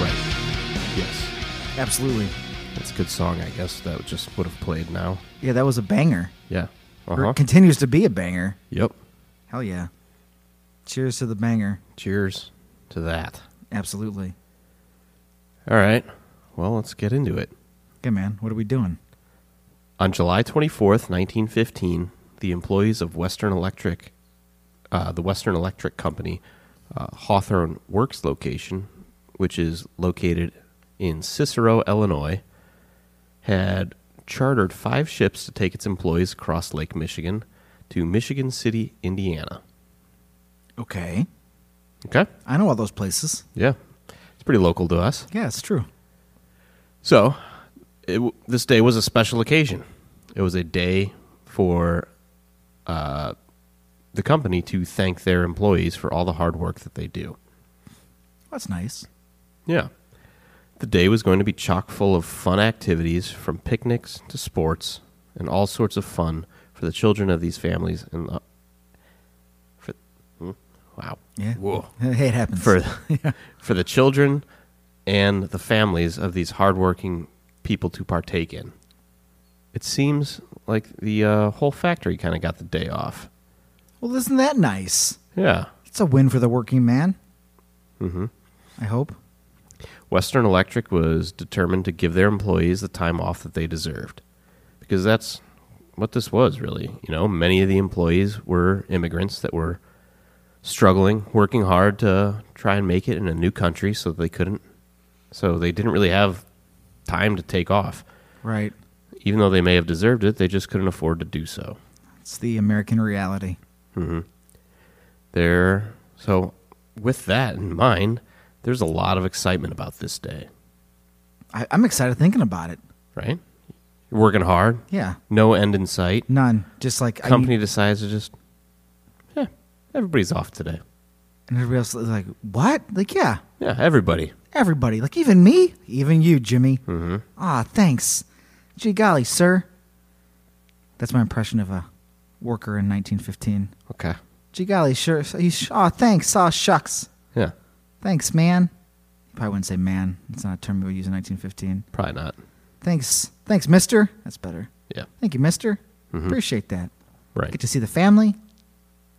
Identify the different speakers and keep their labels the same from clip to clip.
Speaker 1: Right. Yes.
Speaker 2: Absolutely.
Speaker 1: That's a good song, I guess. That just would have played now.
Speaker 2: Yeah, that was a banger.
Speaker 1: Yeah. Uh
Speaker 2: Or
Speaker 1: huh.
Speaker 2: It continues to be a banger.
Speaker 1: Yep.
Speaker 2: Hell yeah. Cheers to the banger.
Speaker 1: Cheers to that.
Speaker 2: Absolutely.
Speaker 1: All right. Well, let's get into it.
Speaker 2: Good man. What are we doing?
Speaker 1: On July 24th, 1915, the employees of Western Electric, uh, the Western Electric Company, uh, Hawthorne Works location, which is located in Cicero, Illinois, had chartered five ships to take its employees across Lake Michigan to Michigan City, Indiana.
Speaker 2: Okay.
Speaker 1: Okay?
Speaker 2: I know all those places.
Speaker 1: Yeah. It's pretty local to us.
Speaker 2: Yeah, it's true.
Speaker 1: So, it, w- this day was a special occasion. It was a day for uh, the company to thank their employees for all the hard work that they do.
Speaker 2: That's nice.
Speaker 1: Yeah. The day was going to be chock full of fun activities from picnics to sports and all sorts of fun for the children of these families and the, for hmm, wow.
Speaker 2: Yeah.
Speaker 1: Whoa.
Speaker 2: Hey, it happens.
Speaker 1: for for the children and the families of these hardworking people to partake in. It seems like the uh, whole factory kind of got the day off.
Speaker 2: well, isn't that nice?
Speaker 1: Yeah,
Speaker 2: It's a win for the working man. Mm-hmm. I hope.
Speaker 1: Western Electric was determined to give their employees the time off that they deserved, because that's what this was really. You know, many of the employees were immigrants that were struggling, working hard to try and make it in a new country, so they couldn't. So they didn't really have time to take off.
Speaker 2: Right.
Speaker 1: even though they may have deserved it, they just couldn't afford to do so.
Speaker 2: It's the American reality.
Speaker 1: There, so with that in mind, there's a lot of excitement about this day,
Speaker 2: I, I'm excited thinking about it.
Speaker 1: right? You're working hard,
Speaker 2: Yeah.
Speaker 1: no end in sight.
Speaker 2: None. Just like I
Speaker 1: Company
Speaker 2: need-
Speaker 1: decides to just, yeah, everybody's off today.
Speaker 2: and everybody else is like, what? Like, yeah.
Speaker 1: Yeah, everybody.
Speaker 2: Everybody. Like, even me. Even you, Jimmy. Mm-hmm. Ah, thanks. Gee golly, sir. That's my impression of a worker in 1915.
Speaker 1: Okay.
Speaker 2: Gee golly, sure. You sh- aw, thanks. Aw, shucks.
Speaker 1: Yeah,
Speaker 2: Thanks, man. You probably wouldn't say man. It's not a term we would use in 1915.
Speaker 1: probably not.
Speaker 2: Thanks. Thanks, mister. That's better.
Speaker 1: Yeah,
Speaker 2: Thank you, mister. Appreciate that.
Speaker 1: right.
Speaker 2: Get to see the family,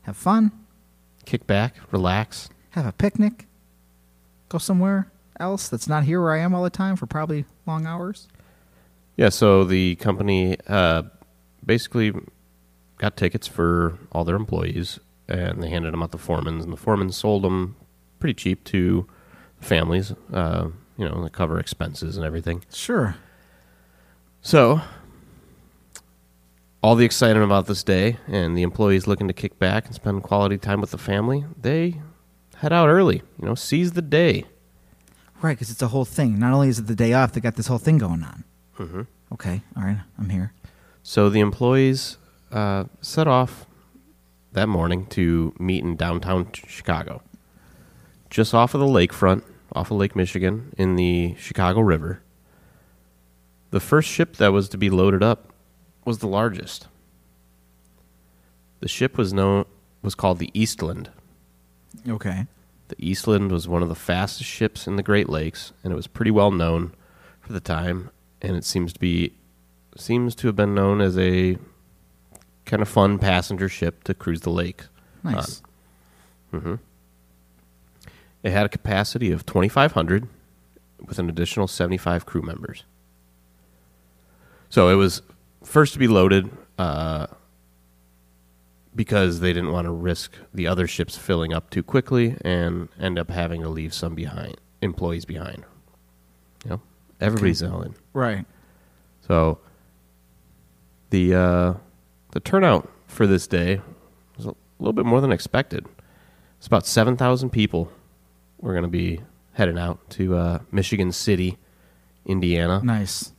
Speaker 2: have fun,
Speaker 1: Kick back, relax.
Speaker 2: have a picnic, go somewhere else that's not here where I am all the time for probably long hours.
Speaker 1: Yeah, so the company uh, basically got tickets for all their employees, and they handed them out to foremans, and the foremen sold them pretty cheap to families, uh, you know, to cover expenses and everything.
Speaker 2: Sure.
Speaker 1: So, all the excitement about this day, and the employees looking to kick back and spend quality time with the family, they head out early, you know, seize the day.
Speaker 2: Right, because it's a whole thing. Not only is it the day off, they got this whole thing going on. Mm-hmm. Okay, all right, I'm here.
Speaker 1: So the employees uh, set off that morning to meet in downtown Ch- Chicago, just off of the lakefront, off of Lake Michigan, in the Chicago River. The first ship that was to be loaded up was the largest. The ship was known was called the Eastland.
Speaker 2: Okay.
Speaker 1: The Eastland was one of the fastest ships in the Great Lakes, and it was pretty well known for the time. And it seems to be seems to have been known as a kind of fun passenger ship to cruise the lake. Uh,
Speaker 2: Nice.
Speaker 1: It had a capacity of 2,500 with an additional 75 crew members. So it was first to be loaded. Uh, because they didn't want to risk the other ships filling up too quickly and end up having to leave some behind employees behind. You know, everybody's all in.
Speaker 2: Right.
Speaker 1: So the uh, the turnout for this day was a little bit more than expected. It's about seven thousand people. We're going to be heading out to uh, Michigan City, Indiana.
Speaker 2: Nice.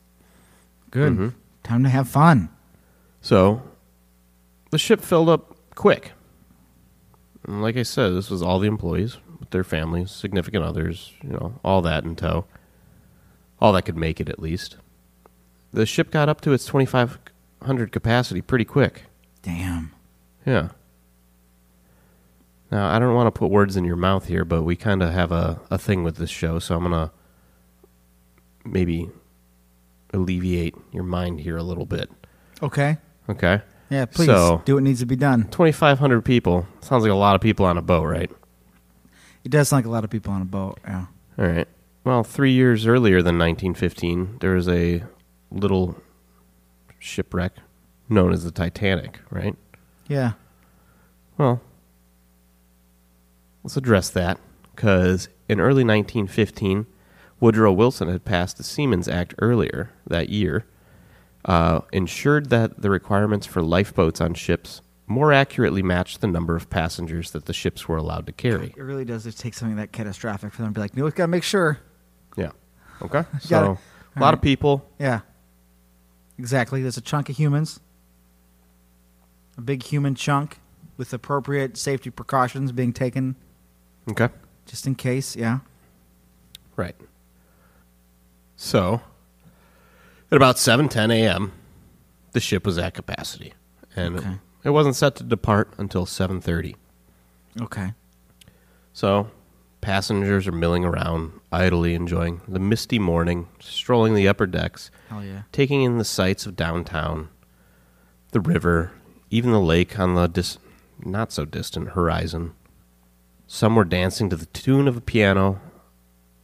Speaker 2: Good. Time to have fun.
Speaker 1: So the ship filled up quick. And like I said, this was all the employees with their families, significant others, you know, all that in tow. All that could make it at least. The ship got up to its 2500 capacity pretty quick.
Speaker 2: Damn.
Speaker 1: Yeah. Now, I don't want to put words in your mouth here, but we kind of have a, a thing with this show, so I'm going to maybe alleviate your mind here a little bit.
Speaker 2: Okay.
Speaker 1: Okay?
Speaker 2: Yeah, please
Speaker 1: So-
Speaker 2: do what needs to be done.
Speaker 1: 2,500 people. Sounds like a lot of people on a boat, right?
Speaker 2: It does sound like a lot of people on a boat. Yeah.
Speaker 1: All right. Well, three years earlier than 1915, there was a little shipwreck known as the Titanic, right?
Speaker 2: Yeah.
Speaker 1: Well, let's address that because in early 1915, Woodrow Wilson had passed the Seamen's Act earlier that year, uh, ensured that the requirements for lifeboats on ships more accurately matched the number of passengers that the ships were allowed to carry.
Speaker 2: It really does just take something that catastrophic for them to be like, no, we've got to make sure.
Speaker 1: Yeah. Okay.
Speaker 2: Got
Speaker 1: So,
Speaker 2: it.
Speaker 1: a
Speaker 2: All
Speaker 1: lot
Speaker 2: right.
Speaker 1: of people.
Speaker 2: Yeah. Exactly. There's a chunk of humans, a big human chunk with appropriate safety precautions being taken
Speaker 1: Okay.
Speaker 2: just in case. Yeah.
Speaker 1: Right. So, at about seven ten a.m., the ship was at capacity, and
Speaker 2: Okay.
Speaker 1: it, it wasn't set to depart until 7:30.
Speaker 2: Okay.
Speaker 1: So, passengers are milling around, idly enjoying the misty morning, strolling the upper decks,
Speaker 2: Hell yeah.
Speaker 1: taking in the sights of downtown, the river, even the lake on the dis- not so distant horizon. Some were dancing to the tune of a piano,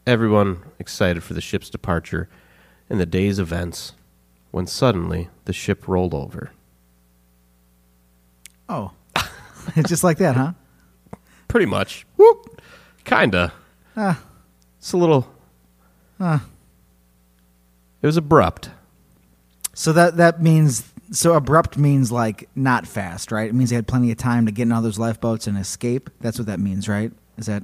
Speaker 1: everyone excited for the ship's departure and the day's events, when suddenly the ship rolled over.
Speaker 2: Oh. just like that, huh?
Speaker 1: Pretty much. Whoop! Kinda.
Speaker 2: Ah.
Speaker 1: It's a little. It was abrupt.
Speaker 2: So that that means so abrupt means like not fast, right? It means they had plenty of time to get in all those lifeboats and escape. That's what that means, right? Is that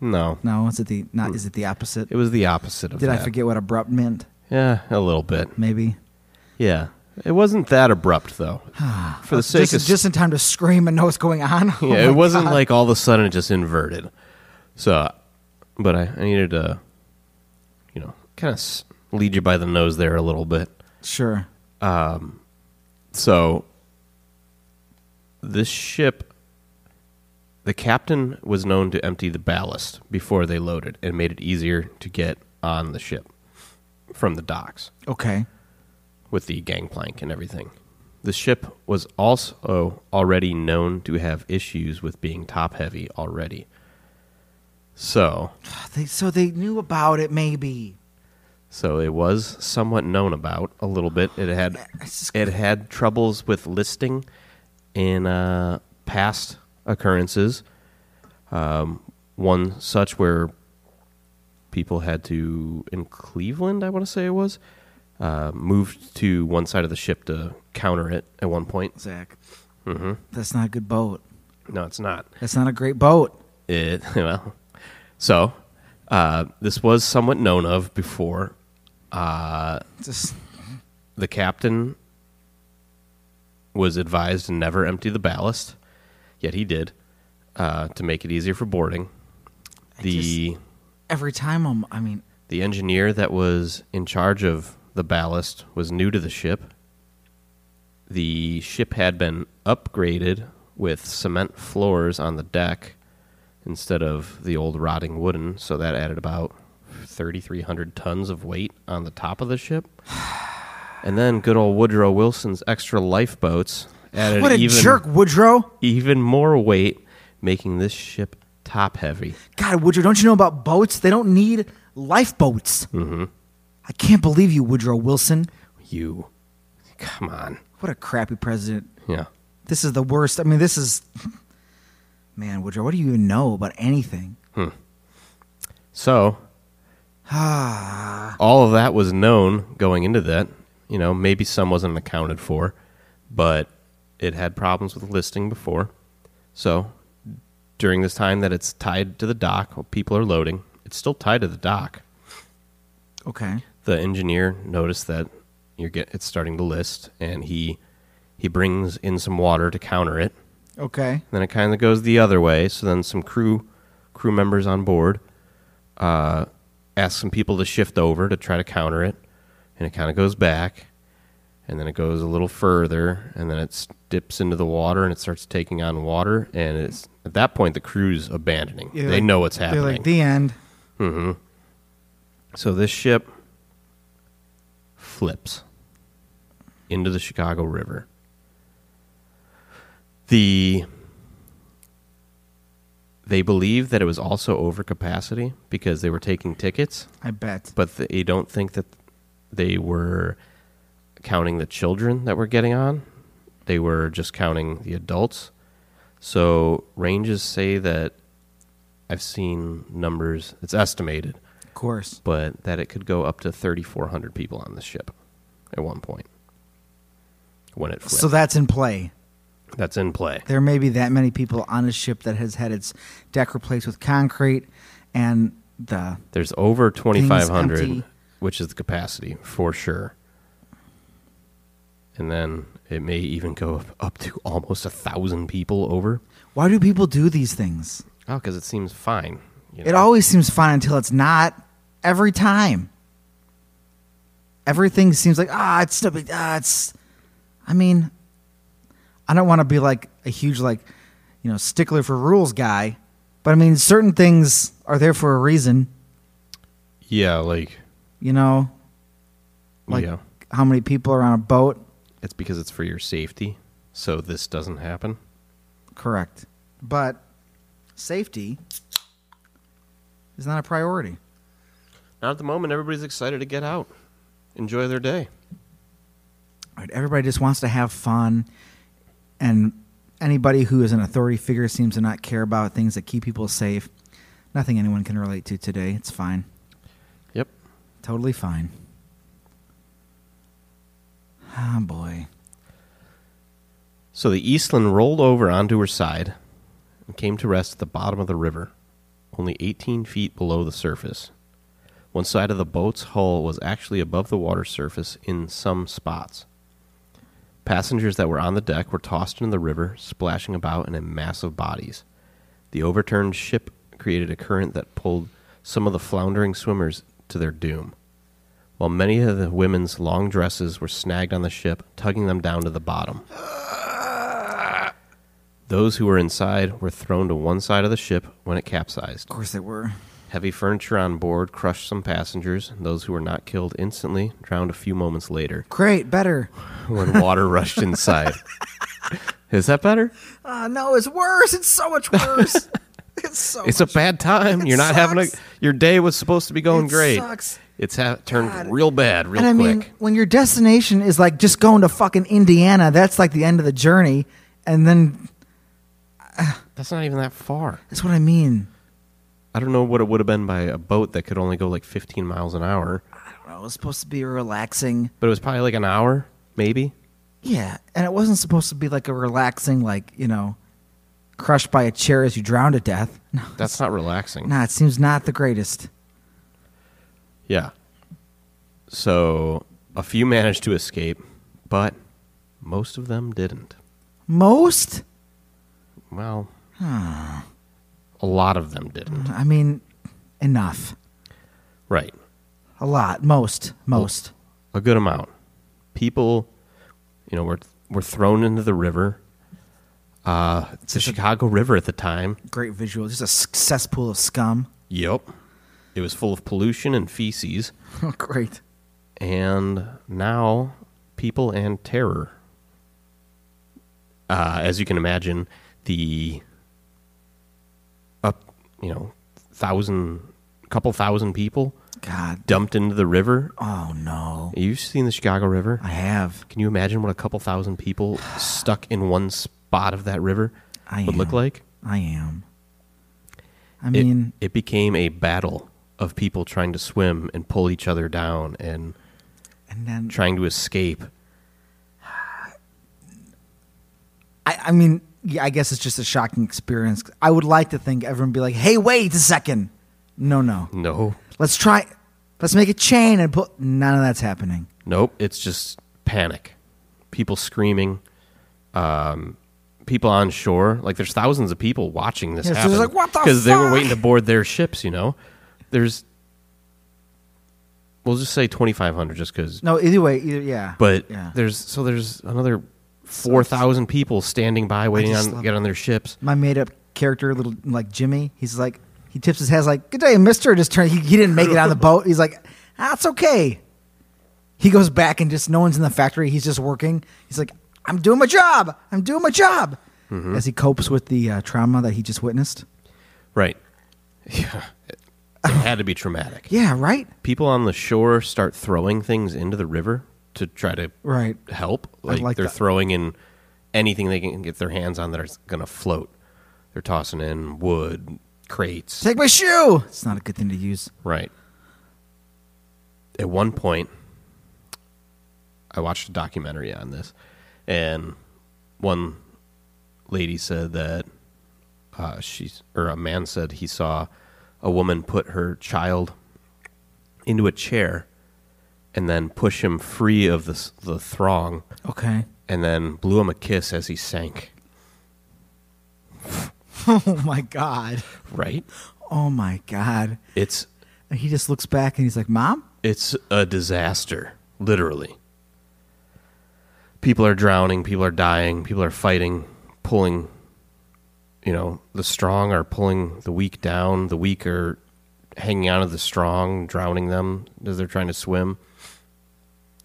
Speaker 1: No.
Speaker 2: no? Is it the not? Is it the opposite?
Speaker 1: It was the opposite of
Speaker 2: Did
Speaker 1: that.
Speaker 2: I forget what abrupt meant?
Speaker 1: Yeah, a little bit.
Speaker 2: Maybe.
Speaker 1: Yeah. It wasn't that abrupt though. For the sake
Speaker 2: Ah, just,
Speaker 1: of
Speaker 2: just in time to scream and know what's going on. Oh
Speaker 1: yeah,
Speaker 2: my
Speaker 1: it wasn't
Speaker 2: God.
Speaker 1: like all of a sudden it just inverted. So, but I, I needed to, you know, kind of lead you by the nose there a little bit.
Speaker 2: sure.
Speaker 1: So, this ship, the captain was known to empty the ballast before they loaded and made it easier to get on the ship from the docks.
Speaker 2: Okay.
Speaker 1: with the gangplank and everything. The ship was also already known to have issues with being top heavy already. So,
Speaker 2: Ah, They, so they knew about it, maybe.
Speaker 1: so it was somewhat known about a little bit. It had
Speaker 2: It's just-
Speaker 1: it had troubles with listing in uh, past occurrences. Um, one such where people had to in Cleveland, I want to say it was, uh, moved to one side of the ship to counter it at one point.
Speaker 2: Zach. Mm-hmm. That's not a good boat.
Speaker 1: No, it's not.
Speaker 2: That's not a great boat.
Speaker 1: It well, so uh, this was somewhat known of before. Uh,
Speaker 2: Just
Speaker 1: the captain was advised to never empty the ballast, yet he did uh, to make it easier for boarding. The
Speaker 2: every time I'm. I mean,
Speaker 1: the engineer that was in charge of the ballast was new to the ship. The ship had been upgraded with cement floors on the deck instead of the old rotting wooden, so that added about 3,300 tons of weight on the top of the ship. And then good old Woodrow Wilson's extra lifeboats added
Speaker 2: what a
Speaker 1: even,
Speaker 2: jerk, Woodrow.
Speaker 1: even more weight, making this ship top heavy.
Speaker 2: God, Woodrow, don't you know about boats? They don't need lifeboats. Mm-hmm. I can't believe you, Woodrow Wilson.
Speaker 1: You. Come on.
Speaker 2: What a crappy president.
Speaker 1: Yeah.
Speaker 2: This is the worst. I mean, this is. Man, Woodrow, what do you even know about anything?
Speaker 1: So all of that was known going into that. You know, maybe some wasn't accounted for, but it had problems with listing before. So during this time that it's tied to the dock, while people are loading, it's still tied to the dock.
Speaker 2: Okay.
Speaker 1: The engineer noticed that you're get it's starting to list, and he he brings in some water to counter it.
Speaker 2: Okay.
Speaker 1: Then it kind of goes the other way. So then some crew crew members on board uh, ask some people to shift over to try to counter it, and it kind of goes back, and then it goes a little further, and then it s- dips into the water and it starts taking on water, and it's at that point the crew's abandoning.
Speaker 2: Yeah,
Speaker 1: they
Speaker 2: like-
Speaker 1: know what's
Speaker 2: They're
Speaker 1: happening.
Speaker 2: like, the end.
Speaker 1: so this ship flips into the Chicago River. The they believe that it was also over capacity because they were taking tickets,
Speaker 2: I bet.
Speaker 1: but they don't think that they were counting the children that were getting on. They were just counting the adults. So ranges say that I've seen numbers. It's estimated
Speaker 2: Of course.
Speaker 1: but that it could go up to 3,400 people on the ship at one point when it flipped.
Speaker 2: So that's in play.
Speaker 1: That's in play.
Speaker 2: There may be that many people on a ship that has had its deck replaced with concrete and the.
Speaker 1: There's over
Speaker 2: empty.
Speaker 1: 2,500, which is the capacity for sure. And then it may even go up- up to almost a thousand people over.
Speaker 2: Why do people do these things?
Speaker 1: Oh, because it seems fine. You
Speaker 2: It
Speaker 1: know?
Speaker 2: always seems fine until it's not. Every time. Everything seems like ah, it's no big. Ah, it's. I mean, I don't want to be like a huge like, you know, stickler for rules guy, but I mean, certain things are there for a reason.
Speaker 1: yeah, like
Speaker 2: You know, like
Speaker 1: yeah,
Speaker 2: how many people are on a boat.
Speaker 1: it's because it's for your safety. So this doesn't happen.
Speaker 2: Correct, but safety is not a priority.
Speaker 1: Not at the moment. Everybody's excited to get out, enjoy their day.
Speaker 2: All right, everybody just wants to have fun, and anybody who is an authority figure seems to not care about things that keep people safe. Nothing anyone can relate to today. It's fine,
Speaker 1: Yep.
Speaker 2: totally fine. Ah, boy.
Speaker 1: So the Eastland rolled over onto her side and came to rest at the bottom of the river, only 18 feet below the surface. One side of the boat's hull was actually above the water surface in some spots. Passengers that were on the deck were tossed into the river, splashing about in a mass of bodies. The overturned ship created a current that pulled some of the floundering swimmers to their doom, while many of the women's long dresses were snagged on the ship, tugging them down to the bottom. Those who were inside were thrown to one side of the ship when it capsized.
Speaker 2: Of course they were.
Speaker 1: Heavy furniture on board crushed some passengers, and those who were not killed instantly drowned a few moments later
Speaker 2: Great, better.
Speaker 1: when water rushed inside. Is that better?
Speaker 2: Ah, no, it's worse. It's so much worse. it's so.
Speaker 1: It's a
Speaker 2: much
Speaker 1: bad time.
Speaker 2: Oh It
Speaker 1: You're not having a
Speaker 2: sucks.
Speaker 1: your day was supposed to be going
Speaker 2: It
Speaker 1: great.
Speaker 2: sucks.
Speaker 1: It's ha- turned
Speaker 2: God.
Speaker 1: real bad real
Speaker 2: and I
Speaker 1: quick.
Speaker 2: mean, when your destination is like just going to fucking Indiana, that's like the end of the journey, and then
Speaker 1: That's not even that far.
Speaker 2: that's what I mean.
Speaker 1: I don't know what it would have been by a boat that could only go like 15 miles an hour,
Speaker 2: I don't know. It was supposed to be a relaxing.
Speaker 1: but it was probably like an hour, maybe.
Speaker 2: Yeah, and it wasn't supposed to be like a relaxing, like you know, crushed by a chair as you drown to death. No,
Speaker 1: That's not relaxing.
Speaker 2: nah, it seems not the greatest.
Speaker 1: Yeah. So a few managed to escape, but most of them didn't.
Speaker 2: Most,
Speaker 1: Well, a lot of them didn't.
Speaker 2: I mean, enough.
Speaker 1: Right.
Speaker 2: A lot. Most. Most.
Speaker 1: A good amount. People, you know, were were thrown into the river. Uh, it's the Chicago River at the time.
Speaker 2: Great visual. Just a s- cesspool of scum.
Speaker 1: Yep. It was full of pollution and feces,
Speaker 2: Great.
Speaker 1: and now people and terror. Uh, as you can imagine, the up, you know, thousand, couple thousand people
Speaker 2: God.
Speaker 1: dumped into the river.
Speaker 2: Oh no.
Speaker 1: You've seen the Chicago River.
Speaker 2: I have.
Speaker 1: Can you imagine what a couple thousand people stuck in one spot of that river
Speaker 2: I
Speaker 1: would look
Speaker 2: am.
Speaker 1: like?
Speaker 2: I am. I
Speaker 1: It-
Speaker 2: mean,
Speaker 1: it, became a battle of people trying to swim and pull each other down and
Speaker 2: and then
Speaker 1: trying to escape.
Speaker 2: I, I mean, yeah, I guess it's just a shocking experience. I would like to think everyone would be like, "Hey, wait a second. No, no.
Speaker 1: No,
Speaker 2: Let's try. Let's make a chain and put." None of that's happening.
Speaker 1: nope. It's just panic. People screaming. Um, people on shore. Like there's thousands of people watching this
Speaker 2: Yeah, so
Speaker 1: happen.
Speaker 2: it's like, what the
Speaker 1: Because they were
Speaker 2: fuck?
Speaker 1: waiting to board their ships. You know, there's. We'll just say 2,500, just because
Speaker 2: No, either way, either yeah.
Speaker 1: But
Speaker 2: yeah.
Speaker 1: there's so there's another four thousand people standing by waiting
Speaker 2: just
Speaker 1: on
Speaker 2: love
Speaker 1: get on their ships.
Speaker 2: my made-up character, little like Jimmy, he's like he tips his hat like, "Good day, Mister." Just turn. He, he didn't make it on the boat. He's like, "That's okay." He goes back and just no one's in the factory. He's just working. He's like, "I'm doing my job. I'm doing my job." As he copes with the uh, trauma that he just witnessed.
Speaker 1: Right. Yeah. It, it had to be traumatic.
Speaker 2: Yeah. Right.
Speaker 1: People on the shore start throwing things into the river to try to
Speaker 2: Right.
Speaker 1: help. Like,
Speaker 2: like
Speaker 1: they're
Speaker 2: that.
Speaker 1: throwing in anything they can get their hands on that is gonna float. They're tossing in wood, crates.
Speaker 2: Take my shoe. It's not a good thing to use.
Speaker 1: Right. At one point, I watched a documentary on this, and one lady said that uh, she's, or a man said he saw a woman put her child into a chair and then push him free of the, s- the throng
Speaker 2: Okay.
Speaker 1: and then blew him a kiss as he sank.
Speaker 2: oh my god.
Speaker 1: Right?
Speaker 2: Oh my god.
Speaker 1: It's
Speaker 2: And he just looks back and he's like, "Mom."
Speaker 1: It's a disaster, literally. People are drowning, people are dying, people are fighting, pulling, you know, the strong are pulling the weak down, the weak are hanging on to the strong, drowning them as they're trying to swim.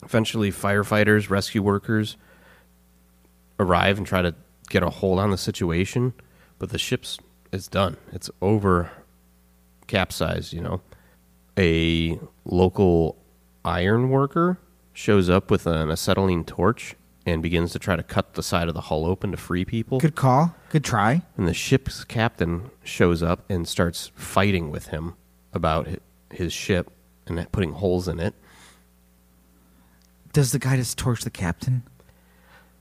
Speaker 1: Eventually, firefighters, rescue workers arrive and try to get a hold on the situation, but the ship's it's done. It's over capsized, you know a local iron worker shows up with an acetylene torch and begins to try to cut the side of the hull open to free people.
Speaker 2: Good call. Good try.
Speaker 1: and the ship's captain shows up and starts fighting with him about hi- his ship and putting holes in it.
Speaker 2: Does the guy just torch the captain?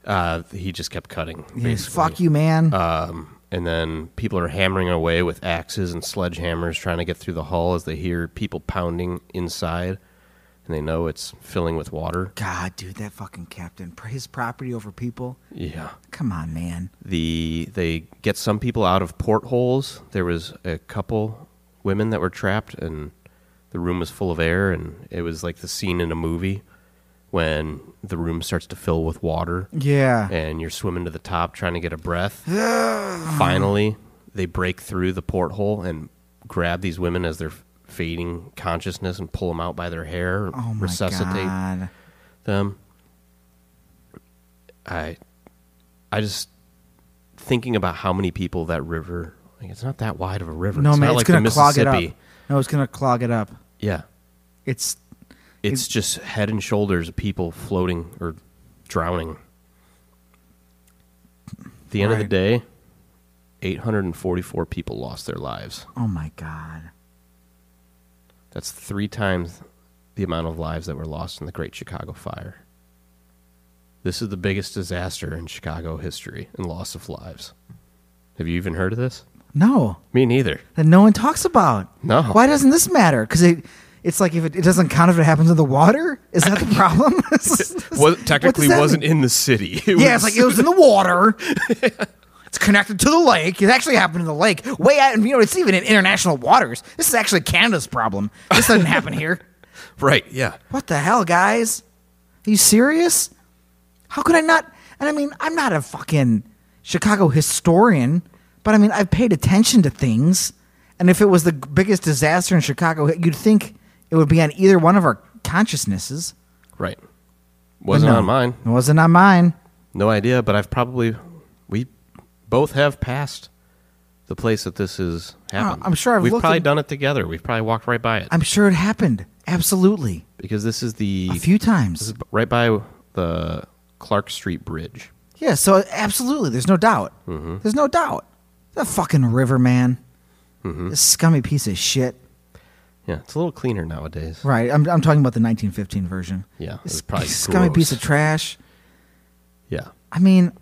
Speaker 1: Uh, he just kept cutting.
Speaker 2: Yes.
Speaker 1: basically.
Speaker 2: Fuck you, man.
Speaker 1: Um, and then people are hammering away with axes and sledgehammers trying to get through the hull as they hear people pounding inside and they know it's filling with water.
Speaker 2: God, dude, that fucking captain. Pr- His property over people.
Speaker 1: Yeah.
Speaker 2: Come on, man.
Speaker 1: the they get some people out of portholes. There was a couple women that were trapped, and the room was full of air, and it was like the scene in a movie when the room starts to fill with water,
Speaker 2: Yeah.
Speaker 1: and you're swimming to the top trying to get a breath.
Speaker 2: Oh
Speaker 1: Finally, they break through the porthole and grab these women as they're fading consciousness and pull them out by their hair,
Speaker 2: Oh my
Speaker 1: resuscitate
Speaker 2: god.
Speaker 1: them. I, I just thinking about how many people that river. Like it's not that wide of a river.
Speaker 2: No
Speaker 1: it's
Speaker 2: man,
Speaker 1: not
Speaker 2: it's
Speaker 1: like the
Speaker 2: gonna clog it
Speaker 1: Mississippi.
Speaker 2: up. No, it's gonna clog it up.
Speaker 1: Yeah,
Speaker 2: It's
Speaker 1: it's just head and shoulders of people floating or drowning. At the end of the
Speaker 2: Right.
Speaker 1: day, 844 people lost their lives.
Speaker 2: oh my god.
Speaker 1: That's three times the amount of lives that were lost in the Great Chicago Fire. This is the biggest disaster in Chicago history and loss of lives. Have you even heard of this?
Speaker 2: No.
Speaker 1: Me neither.
Speaker 2: That no one talks about.
Speaker 1: No.
Speaker 2: Why doesn't this matter? Because it it's like if it, it doesn't count if it happens in the water, is that the problem?
Speaker 1: Well,
Speaker 2: What
Speaker 1: technically
Speaker 2: does that
Speaker 1: wasn't in the city. It
Speaker 2: Yeah,
Speaker 1: was-
Speaker 2: it's like it was in the water. it's connected to the lake. It actually happened in the lake. Way out, and you know, it's even in international waters. This is actually Canada's problem. This doesn't happen here.
Speaker 1: right. Yeah.
Speaker 2: What the hell, guys? Are you serious? How could I not? And I mean, I'm not a fucking Chicago historian, but I mean, I've paid attention to things. And if it was the g- biggest disaster in Chicago, you'd think it would be on either one of our consciousnesses.
Speaker 1: Right.
Speaker 2: But
Speaker 1: Wasn't
Speaker 2: no.
Speaker 1: on mine.
Speaker 2: It wasn't on mine.
Speaker 1: No idea, but I've probably we both have passed the place that this is happening.
Speaker 2: Uh, I'm sure I've
Speaker 1: We've
Speaker 2: looked
Speaker 1: probably
Speaker 2: in-
Speaker 1: done it together. We've probably walked right by it
Speaker 2: I'm sure it happened. Absolutely.
Speaker 1: because this is the
Speaker 2: A few
Speaker 1: this
Speaker 2: times.
Speaker 1: is right by the Clark Street Bridge.
Speaker 2: Yeah, so absolutely. There's no doubt.
Speaker 1: Mm-hmm.
Speaker 2: There's no doubt. The fucking river, man.
Speaker 1: Mm-hmm.
Speaker 2: This scummy piece of shit.
Speaker 1: Yeah, it's a little cleaner nowadays.
Speaker 2: Right. I'm, I'm talking about the 1915 version.
Speaker 1: Yeah, it
Speaker 2: This
Speaker 1: was probably
Speaker 2: scummy piece
Speaker 1: gross.
Speaker 2: of trash.
Speaker 1: Yeah,
Speaker 2: I mean,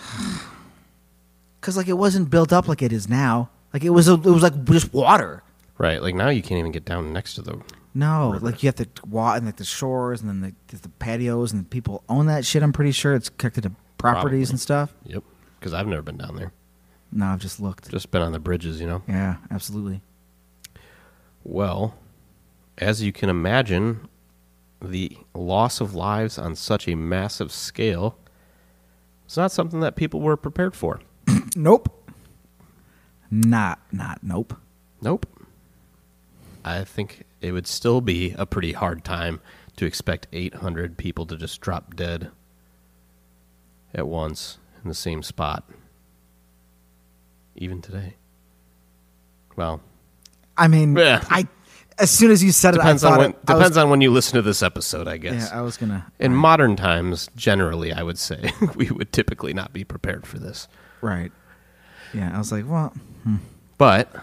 Speaker 2: because like it wasn't built up like it is now. Like it was, a, it was like just water.
Speaker 1: right. Like now you can't even get down next to the.
Speaker 2: No, like you have to walk and like the shores and then the, there's the patios and the people own that shit. I'm pretty sure it's connected to properties
Speaker 1: Probably.
Speaker 2: and stuff.
Speaker 1: Yep, because I've never been down there.
Speaker 2: No, I've just looked.
Speaker 1: Just been on the bridges, you know.
Speaker 2: Yeah, absolutely.
Speaker 1: Well, as you can imagine, the loss of lives on such a massive scale is not something that people were prepared for.
Speaker 2: Nope. Not, not, nope.
Speaker 1: Nope. I think it would still be a pretty hard time to expect 800 people to just drop dead at once in the same spot. Even today. Well,
Speaker 2: I mean,
Speaker 1: Yeah.
Speaker 2: I. As soon as you said
Speaker 1: depends
Speaker 2: it, I
Speaker 1: on
Speaker 2: thought
Speaker 1: when,
Speaker 2: it, I was-
Speaker 1: depends on when you listen to this episode, I guess.
Speaker 2: Yeah, I was gonna.
Speaker 1: In modern times, generally, I would say we would typically not be prepared for this.
Speaker 2: Right. Yeah, I was like, well,
Speaker 1: But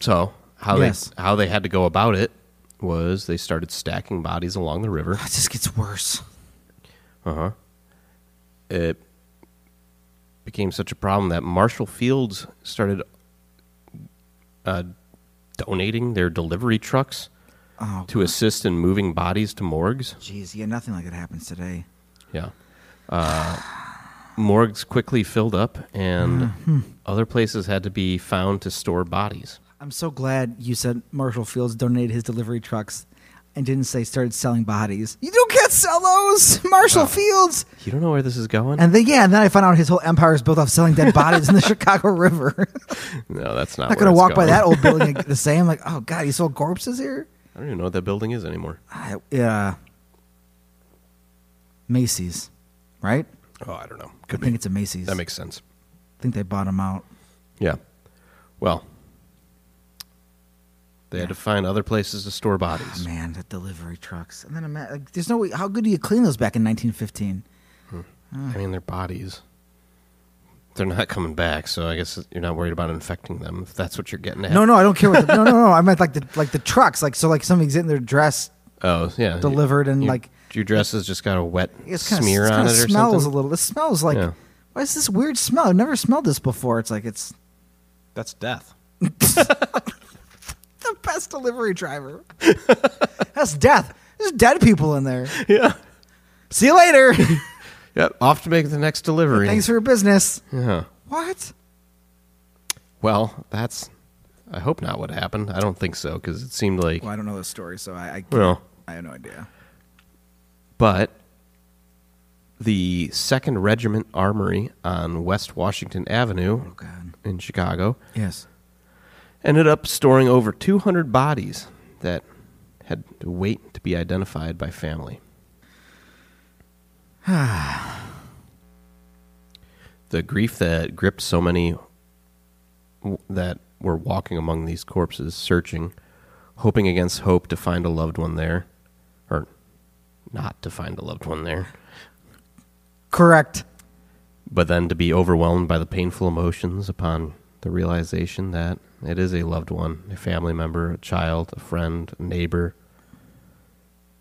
Speaker 1: so how
Speaker 2: Hmm. Yes.
Speaker 1: they how they had to go about it was they started stacking bodies along the river.
Speaker 2: it just gets worse. Uh-huh.
Speaker 1: It became such a problem that Marshall Fields started uh, donating their delivery trucks
Speaker 2: Oh,
Speaker 1: to assist in moving bodies to morgues.
Speaker 2: jeez, yeah, nothing like that happens today.
Speaker 1: Yeah. Uh, morgues quickly filled up, and
Speaker 2: Hmm.
Speaker 1: other places had to be found to store bodies.
Speaker 2: I'm so glad you said Marshall Fields donated his delivery trucks and didn't say started selling bodies. You don't get sell those, Marshall Fields.
Speaker 1: You don't know where this is going?
Speaker 2: And then yeah, and then I found out his whole empire is built off selling dead bodies in the Chicago River.
Speaker 1: no, that's not.
Speaker 2: Not
Speaker 1: where
Speaker 2: gonna
Speaker 1: it's
Speaker 2: walk by
Speaker 1: going.
Speaker 2: that old building the same. Like, oh god, he sold corpses here.
Speaker 1: I don't even know what that building is anymore.
Speaker 2: I, yeah, Macy's, right?
Speaker 1: Oh, I don't know.
Speaker 2: I
Speaker 1: Could
Speaker 2: think it's a Macy's.
Speaker 1: That makes sense.
Speaker 2: I think they bought him out.
Speaker 1: Yeah. Well, they had to find other places to store bodies.
Speaker 2: Man, the delivery trucks. And then ima- like, there's no way. How good do you clean those back in 1915? Ah,
Speaker 1: I mean, their bodies. They're not coming back, so I guess you're not worried about infecting them if that's what you're getting at.
Speaker 2: No, no, I don't care. What the, no, no, no. I meant like the like the trucks. Like so, like somebody's in their dress.
Speaker 1: Oh, yeah.
Speaker 2: Delivered and,
Speaker 1: Your-
Speaker 2: like-
Speaker 1: your dress has just got a wet
Speaker 2: It's kind
Speaker 1: smear
Speaker 2: of,
Speaker 1: on it or
Speaker 2: smells
Speaker 1: something.
Speaker 2: a little. It smells like.
Speaker 1: Yeah.
Speaker 2: Why is this weird smell? I've never smelled this before. It's like it's
Speaker 1: That's death.
Speaker 2: the best delivery driver. That's death. There's dead people in there.
Speaker 1: Yeah.
Speaker 2: See you later.
Speaker 1: Yep. Off to make the next delivery.
Speaker 2: Thanks for your business.
Speaker 1: Yeah.
Speaker 2: What?
Speaker 1: Well, that's. I hope not what happened. I don't think so because it seemed like.
Speaker 2: Well, I don't know the story, so I I, can't-
Speaker 1: Well.
Speaker 2: I have no idea.
Speaker 1: But the Second Regiment Armory on West Washington Avenue
Speaker 2: God.
Speaker 1: in Chicago
Speaker 2: Yes.
Speaker 1: ended up storing over 200 bodies that had to wait to be identified by family. the grief that gripped so many w- that were walking among these corpses, searching, hoping against hope to find a loved one there, or not to find a loved one there,
Speaker 2: Correct.
Speaker 1: but then to be overwhelmed by the painful emotions upon the realization that it is a loved one, a family member, a child, a friend, a neighbor,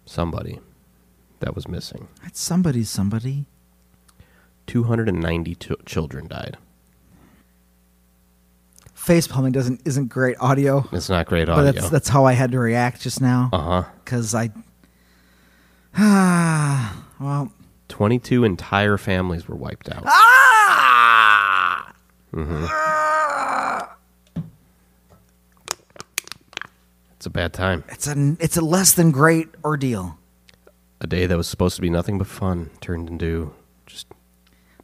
Speaker 1: somebody that was missing.
Speaker 2: That's somebody. Somebody.
Speaker 1: 290 t- children died.
Speaker 2: face palming doesn't isn't great audio,
Speaker 1: It's not great
Speaker 2: but
Speaker 1: audio.
Speaker 2: that's that's how I had to react just now
Speaker 1: uh huh.
Speaker 2: because I ah well
Speaker 1: 22 entire families were wiped out.
Speaker 2: ah
Speaker 1: Mm-hmm. It's a bad time.
Speaker 2: it's a it's a less than great ordeal.
Speaker 1: A day that was supposed to be nothing but fun turned into just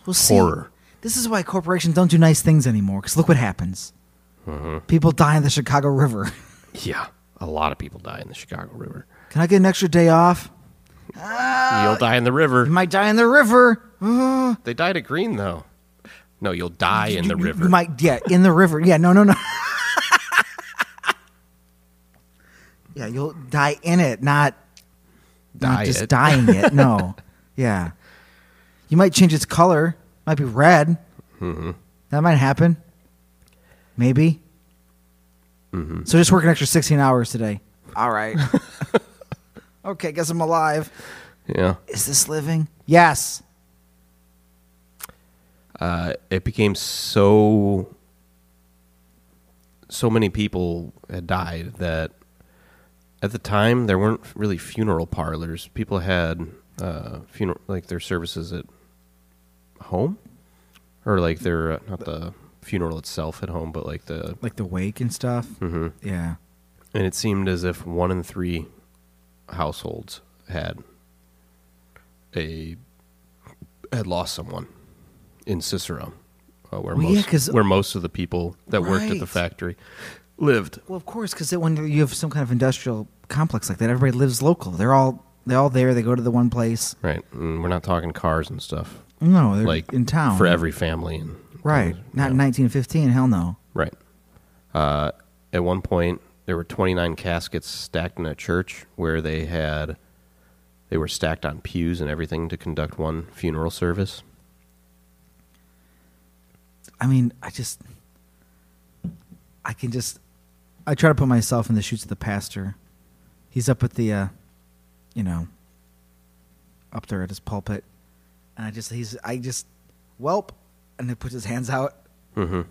Speaker 2: We'll see.
Speaker 1: Horror.
Speaker 2: This is why corporations don't do nice things anymore. Because look what happens.
Speaker 1: Mm-hmm.
Speaker 2: People die in the Chicago River.
Speaker 1: yeah, a lot of people die in the Chicago River.
Speaker 2: Can I get an extra day off? Uh,
Speaker 1: You'll die in the river.
Speaker 2: You might die in the river.
Speaker 1: They died at Green though. No, you'll die in the
Speaker 2: You-
Speaker 1: river.
Speaker 2: You might, yeah, in the river. Yeah, no, no, no. yeah, you'll die in it, not,
Speaker 1: Die
Speaker 2: not just
Speaker 1: it.
Speaker 2: dying it. No. yeah. You might change its color. Might be red.
Speaker 1: Mm-hmm.
Speaker 2: That might happen. Maybe.
Speaker 1: Mm-hmm.
Speaker 2: So just work an extra 16 hours today. All right. okay, guess I'm alive.
Speaker 1: yeah.
Speaker 2: Is this living? Yes.
Speaker 1: uh, it became so so many people had died that at the time there weren't really funeral parlors. People had uh, funeral like their services at home, or like their uh, not the funeral itself at home, but like the
Speaker 2: Like the wake and stuff. Mm-hmm. Yeah.
Speaker 1: and it seemed as if one in three households had a had lost someone in Cicero, uh, where
Speaker 2: Well, yeah,
Speaker 1: most
Speaker 2: 'cause-
Speaker 1: where most of the people that worked at the
Speaker 2: Right.
Speaker 1: factory lived.
Speaker 2: Well, of course, because when you have some kind of industrial complex like that, everybody lives local. They're all they're all there. They go to the one place.
Speaker 1: Right, and we're not talking cars and stuff
Speaker 2: No, they're
Speaker 1: like
Speaker 2: in town
Speaker 1: for every family. And,
Speaker 2: Right, not in 1915. Hell no.
Speaker 1: Right. Uh, at one point, there were 29 caskets stacked in a church where they had they were stacked on pews and everything to conduct one funeral service.
Speaker 2: I mean, I just I can just I try to put myself in the shoes of the pastor. He's up at the, uh, you know, up there at his pulpit, and I just he's I just welp, and he puts his hands out,
Speaker 1: Mm-hmm.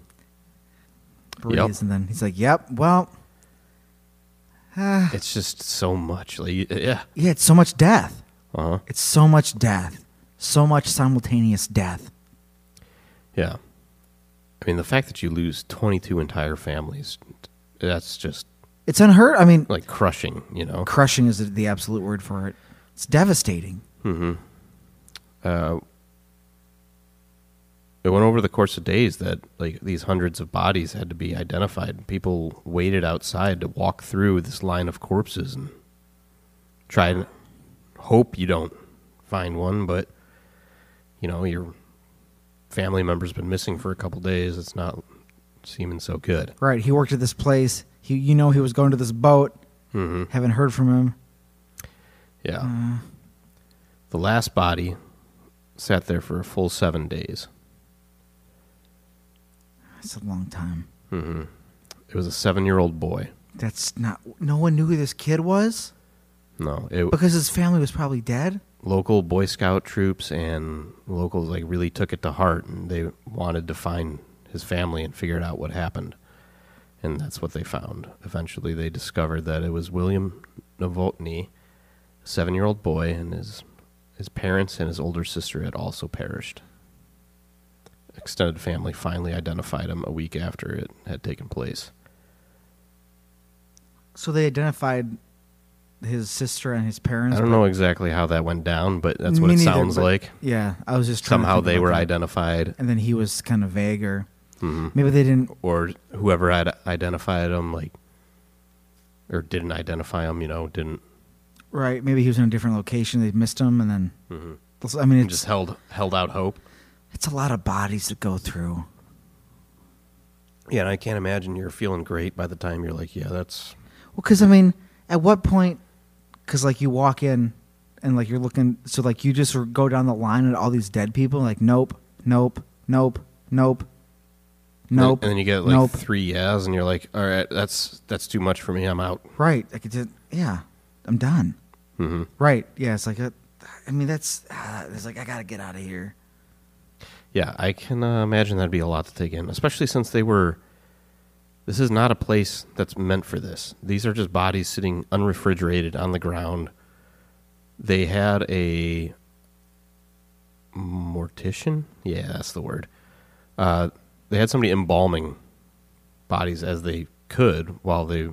Speaker 2: breathes, and then he's like, "Yep, well." ah."
Speaker 1: It's just so much. Like, yeah.
Speaker 2: Yeah, it's so much death.
Speaker 1: Uh huh.
Speaker 2: It's so much death. So much simultaneous death.
Speaker 1: Yeah. I mean, the fact that you lose 22 entire families, that's just
Speaker 2: It's unheard. I mean,
Speaker 1: like crushing, you know?
Speaker 2: crushing is the absolute word for it. It's devastating.
Speaker 1: Uh, It went over the course of days that, like, these hundreds of bodies had to be identified. People waited outside to walk through this line of corpses and try and hope you don't find one, but, you know, your family member's been missing for a couple days. It's not seeming so good.
Speaker 2: Right. He worked at this place. He, you know, he was going to this boat. Haven't heard from him.
Speaker 1: Yeah. the last body sat there for a full seven days.
Speaker 2: It's a long time.
Speaker 1: It was a seven year old boy.
Speaker 2: That's not. No one knew who this kid was
Speaker 1: No, it,
Speaker 2: because his family was probably dead.
Speaker 1: local Boy Scout troops and locals like really took it to heart, and they wanted to find his family and figure out what happened. And that's what they found. Eventually, they discovered that it was William Novotny, a seven year old boy, and his his parents and his older sister had also perished. Extended family finally identified him a week after it had taken place.
Speaker 2: So they identified his sister and his parents.
Speaker 1: I don't
Speaker 2: but-
Speaker 1: know exactly how that went down, but that's what
Speaker 2: Me
Speaker 1: it
Speaker 2: neither,
Speaker 1: sounds
Speaker 2: but-
Speaker 1: like.
Speaker 2: Yeah, I was just trying to
Speaker 1: Somehow
Speaker 2: think
Speaker 1: they
Speaker 2: about
Speaker 1: were
Speaker 2: that.
Speaker 1: identified, Mm-hmm.
Speaker 2: And then he was kind of vague, or maybe they didn't
Speaker 1: or whoever had identified them, like, or didn't identify them, you know, didn't
Speaker 2: Right. Maybe he was in a different location. They missed him, and then I mean, it's
Speaker 1: Mm-hmm. just held held out hope.
Speaker 2: it's a lot of bodies to go through.
Speaker 1: Yeah, and I can't imagine you're feeling great by the time you're like, yeah, that's
Speaker 2: Well, because I mean, at what point? Because like you walk in, and like you're looking, so like you just go down the line at all these dead people. Like nope, nope, nope, nope, nope.
Speaker 1: And then you get like
Speaker 2: nope.
Speaker 1: three yes, and you're like, all right, that's that's too much for me. I'm out.
Speaker 2: Right. Like it did. Yeah, I'm done.
Speaker 1: Mm-hmm.
Speaker 2: Right. Yeah. It's like a, I mean, that's ah, it's like I gotta get out of here.
Speaker 1: Yeah, I can uh, imagine that'd be a lot to take in, especially since they were. This is not a place that's meant for this. These are just bodies sitting unrefrigerated on the ground. They had a mortician? Yeah, that's the word. Uh, they had somebody embalming bodies as they could while they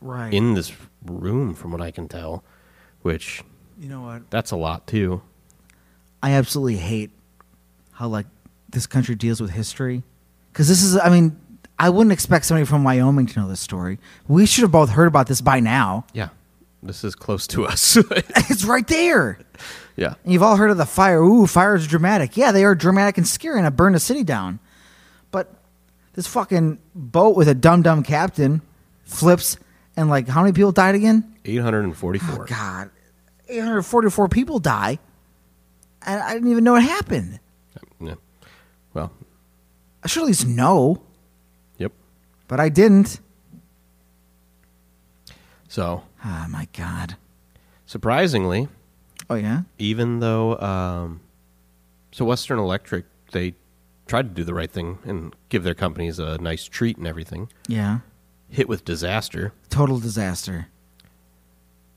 Speaker 2: Right.
Speaker 1: in this room, from what I can tell, which
Speaker 2: you know what?
Speaker 1: that's a lot too.
Speaker 2: I absolutely hate how like this country deals with history because this is I mean I wouldn't expect somebody from Wyoming to know this story. We should have both heard about this by now.
Speaker 1: Yeah, this is close to us.
Speaker 2: it's right there.
Speaker 1: Yeah.
Speaker 2: And you've all heard of the fire. Ooh, fires are dramatic. Yeah, they are dramatic and scary, and it burned a city down. But this fucking boat with a dumb dumb captain flips, and like, how many people died again?
Speaker 1: 844.
Speaker 2: God, 844 people die, and I didn't even know it happened.
Speaker 1: Yeah. Well,
Speaker 2: I should at least know,
Speaker 1: yep.
Speaker 2: but I didn't.
Speaker 1: So,
Speaker 2: Oh my god.
Speaker 1: surprisingly,
Speaker 2: Oh yeah.
Speaker 1: even though um, so Western Electric they tried to do the right thing and give their companies a nice treat and everything,
Speaker 2: Yeah.
Speaker 1: hit with disaster,
Speaker 2: Total disaster.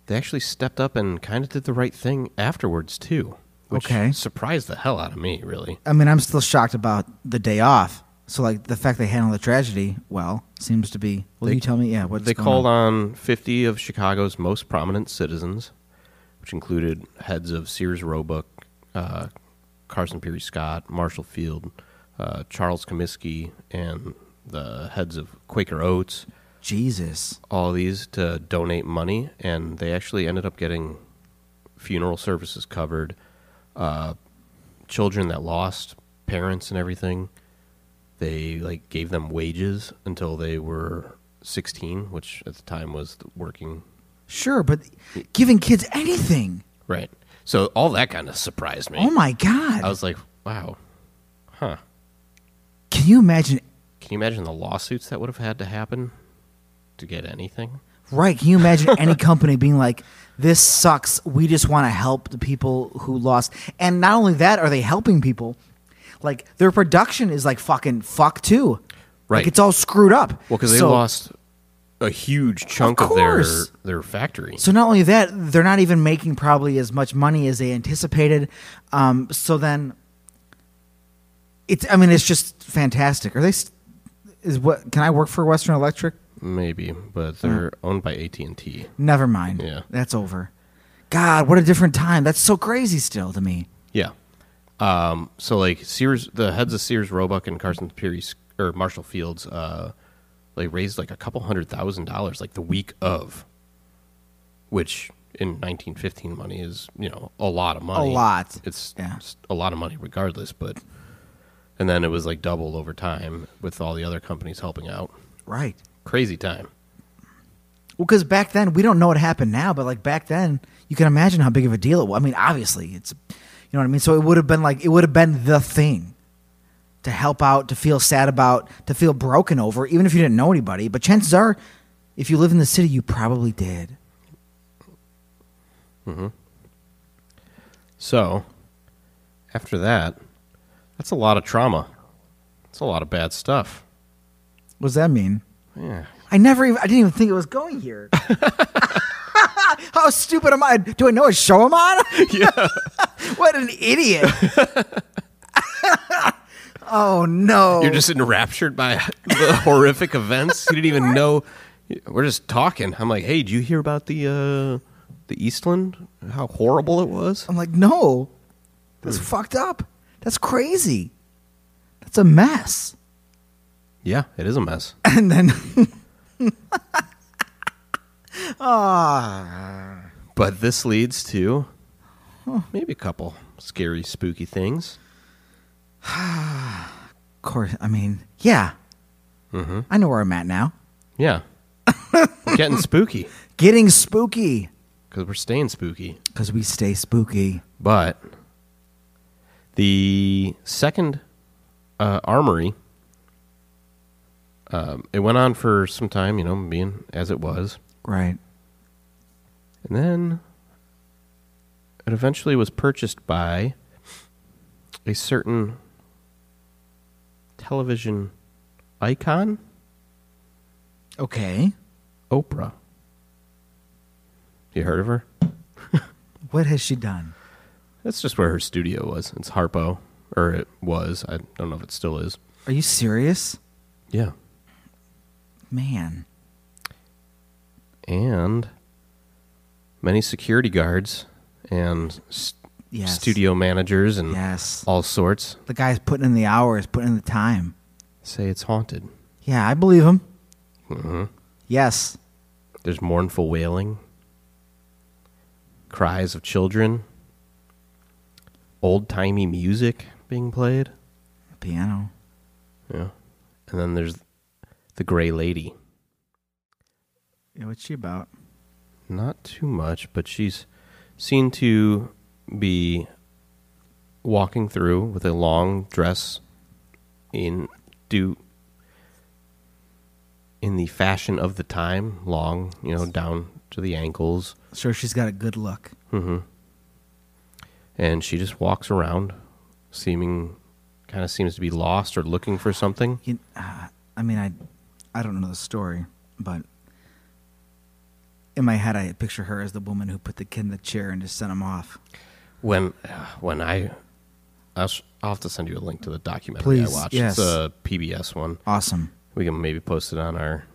Speaker 1: they actually stepped up and kind of did the right thing afterwards too, which
Speaker 2: Okay.
Speaker 1: surprised the hell out of me. Really,
Speaker 2: I mean, I'm still shocked about the day off. So like the fact they handled the tragedy well seems to be. Will
Speaker 1: They-
Speaker 2: you tell me? Yeah. What's
Speaker 1: they
Speaker 2: going
Speaker 1: called on 50 of Chicago's most prominent citizens, which included heads of Sears Roebuck, uh, Carson Peary Scott, Marshall Field, uh, Charles Comiskey, and the heads of Quaker Oats.
Speaker 2: Jesus.
Speaker 1: all these to donate money, and they actually ended up getting funeral services covered, uh, children that lost parents and everything. They like gave them wages until they were 16, which at the time was the working.
Speaker 2: Sure, but giving kids anything.
Speaker 1: Right. So all that kind of surprised me.
Speaker 2: Oh my
Speaker 1: I
Speaker 2: god.
Speaker 1: was like, wow, huh?
Speaker 2: Can you imagine?
Speaker 1: Can you imagine the lawsuits that would have had to happen to get anything?
Speaker 2: Right. Can you imagine any company being like, this sucks. We just want to help the people who lost. And not only that, are they helping people? Like, their production is like fucking fuck too.
Speaker 1: Right.
Speaker 2: Like, it's all screwed up.
Speaker 1: Well, because they
Speaker 2: So-
Speaker 1: lost a huge chunk of, their
Speaker 2: course.
Speaker 1: their factory.
Speaker 2: So not only that, they're not even making probably as much money as they anticipated. Um, so then, it's. I mean, it's just fantastic. Are they? s- Is what? Can I work for Western Electric?
Speaker 1: Maybe, but
Speaker 2: Hmm.
Speaker 1: they're owned by AT and T.
Speaker 2: Never mind.
Speaker 1: Yeah.
Speaker 2: that's over. God, what a different time. That's so crazy still to me.
Speaker 1: Yeah. Um, so like Sears, the heads of Sears, Roebuck, and Carson Peary or Marshall Fields, uh, like raised like a couple hundred thousand dollars like the week of, which in 1915 money is you know a lot of money.
Speaker 2: lot.
Speaker 1: It's,
Speaker 2: Yeah.
Speaker 1: it's a lot of money regardless, but and then it was like doubled over time with all the other companies helping out.
Speaker 2: Right.
Speaker 1: Crazy time.
Speaker 2: Well, because back then we don't know what happened now, but like back then, you can imagine how big of a deal it was. I mean, obviously, it's you know what I mean. So it would have been like it would have been the thing to help out, to feel sad about, to feel broken over, even if you didn't know anybody. But chances are, if you live in the city, you probably did.
Speaker 1: So, after that, that's a lot of trauma. It's a lot of bad stuff.
Speaker 2: What does that mean?
Speaker 1: Yeah.
Speaker 2: I never even I didn't even think it was going here. How stupid am I? Do I know what show I'm on? what an idiot. oh no.
Speaker 1: You're just enraptured by the horrific events. You didn't even know. We're just talking. I'm like, hey, did you hear about the uh, the Eastland? How horrible it was.
Speaker 2: I'm like, no, that's fucked up. That's crazy. That's a mess.
Speaker 1: Yeah, it is a mess.
Speaker 2: And then,
Speaker 1: But this leads to maybe a couple scary, spooky things.
Speaker 2: of course, I mean, yeah, I know where I'm at now.
Speaker 1: Yeah, we're getting spooky
Speaker 2: Getting spooky
Speaker 1: because we're staying spooky.
Speaker 2: because we stay spooky.
Speaker 1: But the second uh, armory, um, it went on for some time, you know, being as it was.
Speaker 2: Right.
Speaker 1: And then it eventually was purchased by a certain television icon,
Speaker 2: Okay.
Speaker 1: Oprah. You heard of her?
Speaker 2: What has she done?
Speaker 1: That's just where her studio was. It's Harpo, or it was. I don't know if it still is.
Speaker 2: Are you serious?
Speaker 1: Yeah.
Speaker 2: Man.
Speaker 1: and many security guards and s-
Speaker 2: Yes.
Speaker 1: studio managers and
Speaker 2: Yes.
Speaker 1: all sorts
Speaker 2: The guy's putting in the hours, putting in the time.
Speaker 1: say it's haunted. Mm-hmm.
Speaker 2: Yeah, I believe him. Yes.
Speaker 1: There's mournful wailing, cries of children, old timey music being played.
Speaker 2: Piano.
Speaker 1: Yeah. And then there's the Gray Lady.
Speaker 2: Yeah, what's she about?
Speaker 1: Not too much, but she's seen to be walking through with a long dress in do in the fashion of the time, long, you know, down to the ankles.
Speaker 2: Sure, she's got a good look.
Speaker 1: hmm And she just walks around, seeming kind of seems to be lost or looking for something.
Speaker 2: You, uh, I mean, I, I don't know the story, but in my head, I picture her as the woman who put the kid in the chair and just sent him off.
Speaker 1: When uh, when I I'll, s- I'll have to send you a link to the documentary
Speaker 2: Please,
Speaker 1: I watched.
Speaker 2: yes.
Speaker 1: It's a PBS one.
Speaker 2: Awesome.
Speaker 1: We can maybe post it on our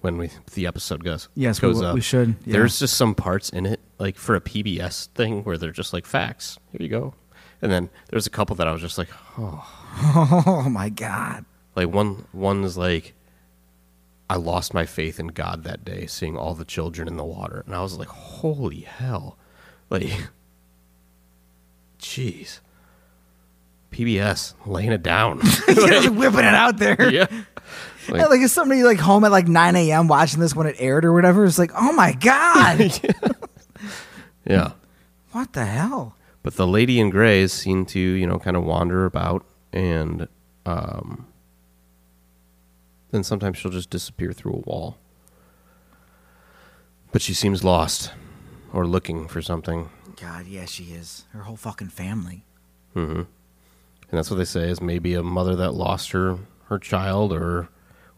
Speaker 1: when we the episode goes.
Speaker 2: Yes, we
Speaker 1: goes
Speaker 2: will-
Speaker 1: up.
Speaker 2: we should, yeah.
Speaker 1: There's just some parts in it like for a PBS thing where they're just like facts. Here you go. And then there's a couple that I was just like,
Speaker 2: Oh my God.
Speaker 1: like one one's like I lost my faith in God that day seeing all the children in the water and I was like holy hell like jeez PBS laying it down
Speaker 2: just whipping it out there.
Speaker 1: yeah
Speaker 2: Yeah, Like, is somebody like home at like 9 a.m. watching this when it aired or whatever? It's like, oh my God.
Speaker 1: yeah
Speaker 2: what the hell?
Speaker 1: but the lady in gray is seen to you know kind of wander about and um then sometimes she'll just disappear through a wall but she seems lost or looking for something
Speaker 2: God, yeah, she is. Her whole fucking family.
Speaker 1: and that's what they say is maybe a mother that lost her her child or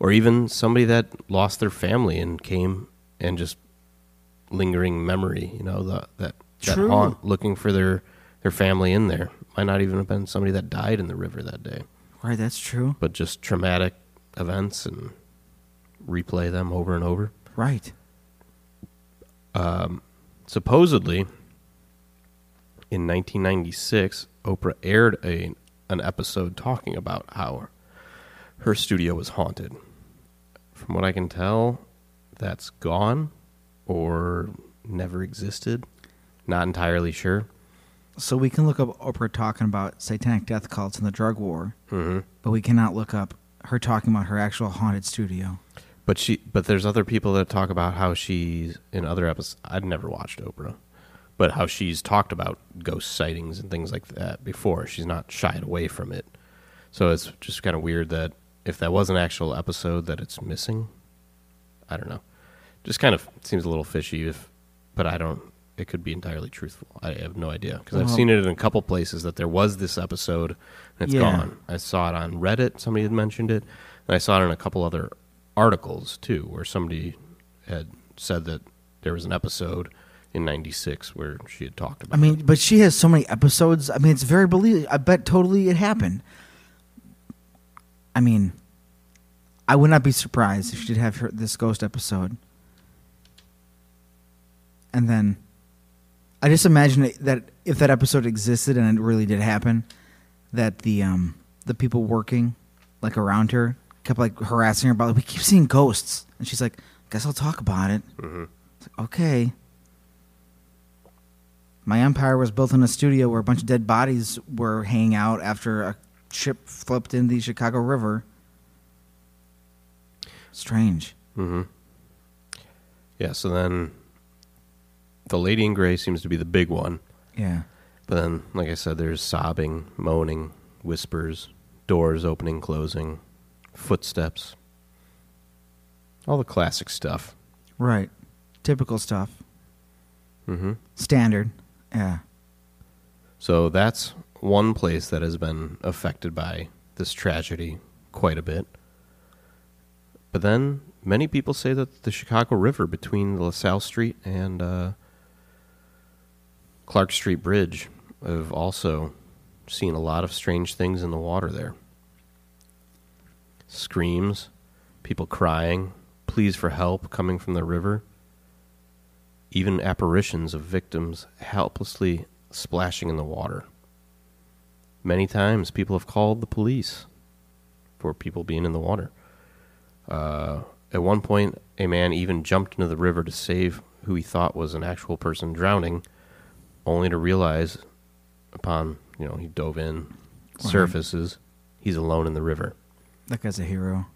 Speaker 1: or even somebody that lost their family and came and just lingering memory you know the, that that
Speaker 2: True.
Speaker 1: haunt looking for their their family in there might not even have been somebody that died in the river that day
Speaker 2: Right, that's true.
Speaker 1: but just traumatic events and replay them over and over
Speaker 2: Right.
Speaker 1: supposedly in 1996 oprah aired a, an episode talking about how her studio was haunted from what i can tell that's gone or never existed not entirely sure
Speaker 2: So we can look up Oprah talking about satanic death cults and the drug war,
Speaker 1: Mhm.
Speaker 2: but we cannot look up her talking about her actual haunted studio.
Speaker 1: but she but there's other people that talk about how she's in other episodes i'd never watched oprah but how she's talked about ghost sightings and things like that before she's not shied away from it so it's just kind of weird that if that was an actual episode that it's missing i don't know just kind of seems a little fishy if but i don't it could be entirely truthful i have no idea because i've
Speaker 2: Well-
Speaker 1: seen it in a couple places that there was this episode and it's
Speaker 2: Yeah.
Speaker 1: gone I saw it on Reddit. Somebody had mentioned it, and I saw it in a couple other articles too, where somebody had said that there was an episode in '96 where she had talked
Speaker 2: I
Speaker 1: about.
Speaker 2: mean, but she has so many episodes. I mean, it's very believable. I bet totally it happened. I mean, I would not be surprised if she did have her, this ghost episode. And then I just imagine it- that if that episode existed and it really did happen, that the um, the people working like around her kept like harassing her about like, we keep seeing ghosts, and she's like, "Guess I'll talk about it."
Speaker 1: Mm-hmm.
Speaker 2: It's like, okay. My empire was built in a studio where a bunch of dead bodies were hanging out after a ship flipped in the Chicago River. Strange.
Speaker 1: Mm-hmm. Yeah. So then, the Lady in Gray seems to be the big one,
Speaker 2: Yeah.
Speaker 1: but then, like I said, there's sobbing, moaning, whispers, doors opening, closing, footsteps, all the classic stuff.
Speaker 2: Right. Typical stuff.
Speaker 1: Mm-hmm.
Speaker 2: Standard. Yeah.
Speaker 1: So that's one place that has been affected by this tragedy quite a bit. But then many people say that the Chicago River between the LaSalle Street and uh, Clark Street Bridge have also seen a lot of strange things in the water there. Screams, people crying, pleas for help coming from the river even apparitions of victims helplessly splashing in the water. Many times, people have called the police for people being in the water. Uh, at one point, a man even jumped into the river to save who he thought was an actual person drowning, only to realize upon you know, he dove in, surfaces. He's alone in the river.
Speaker 2: That guy's a hero.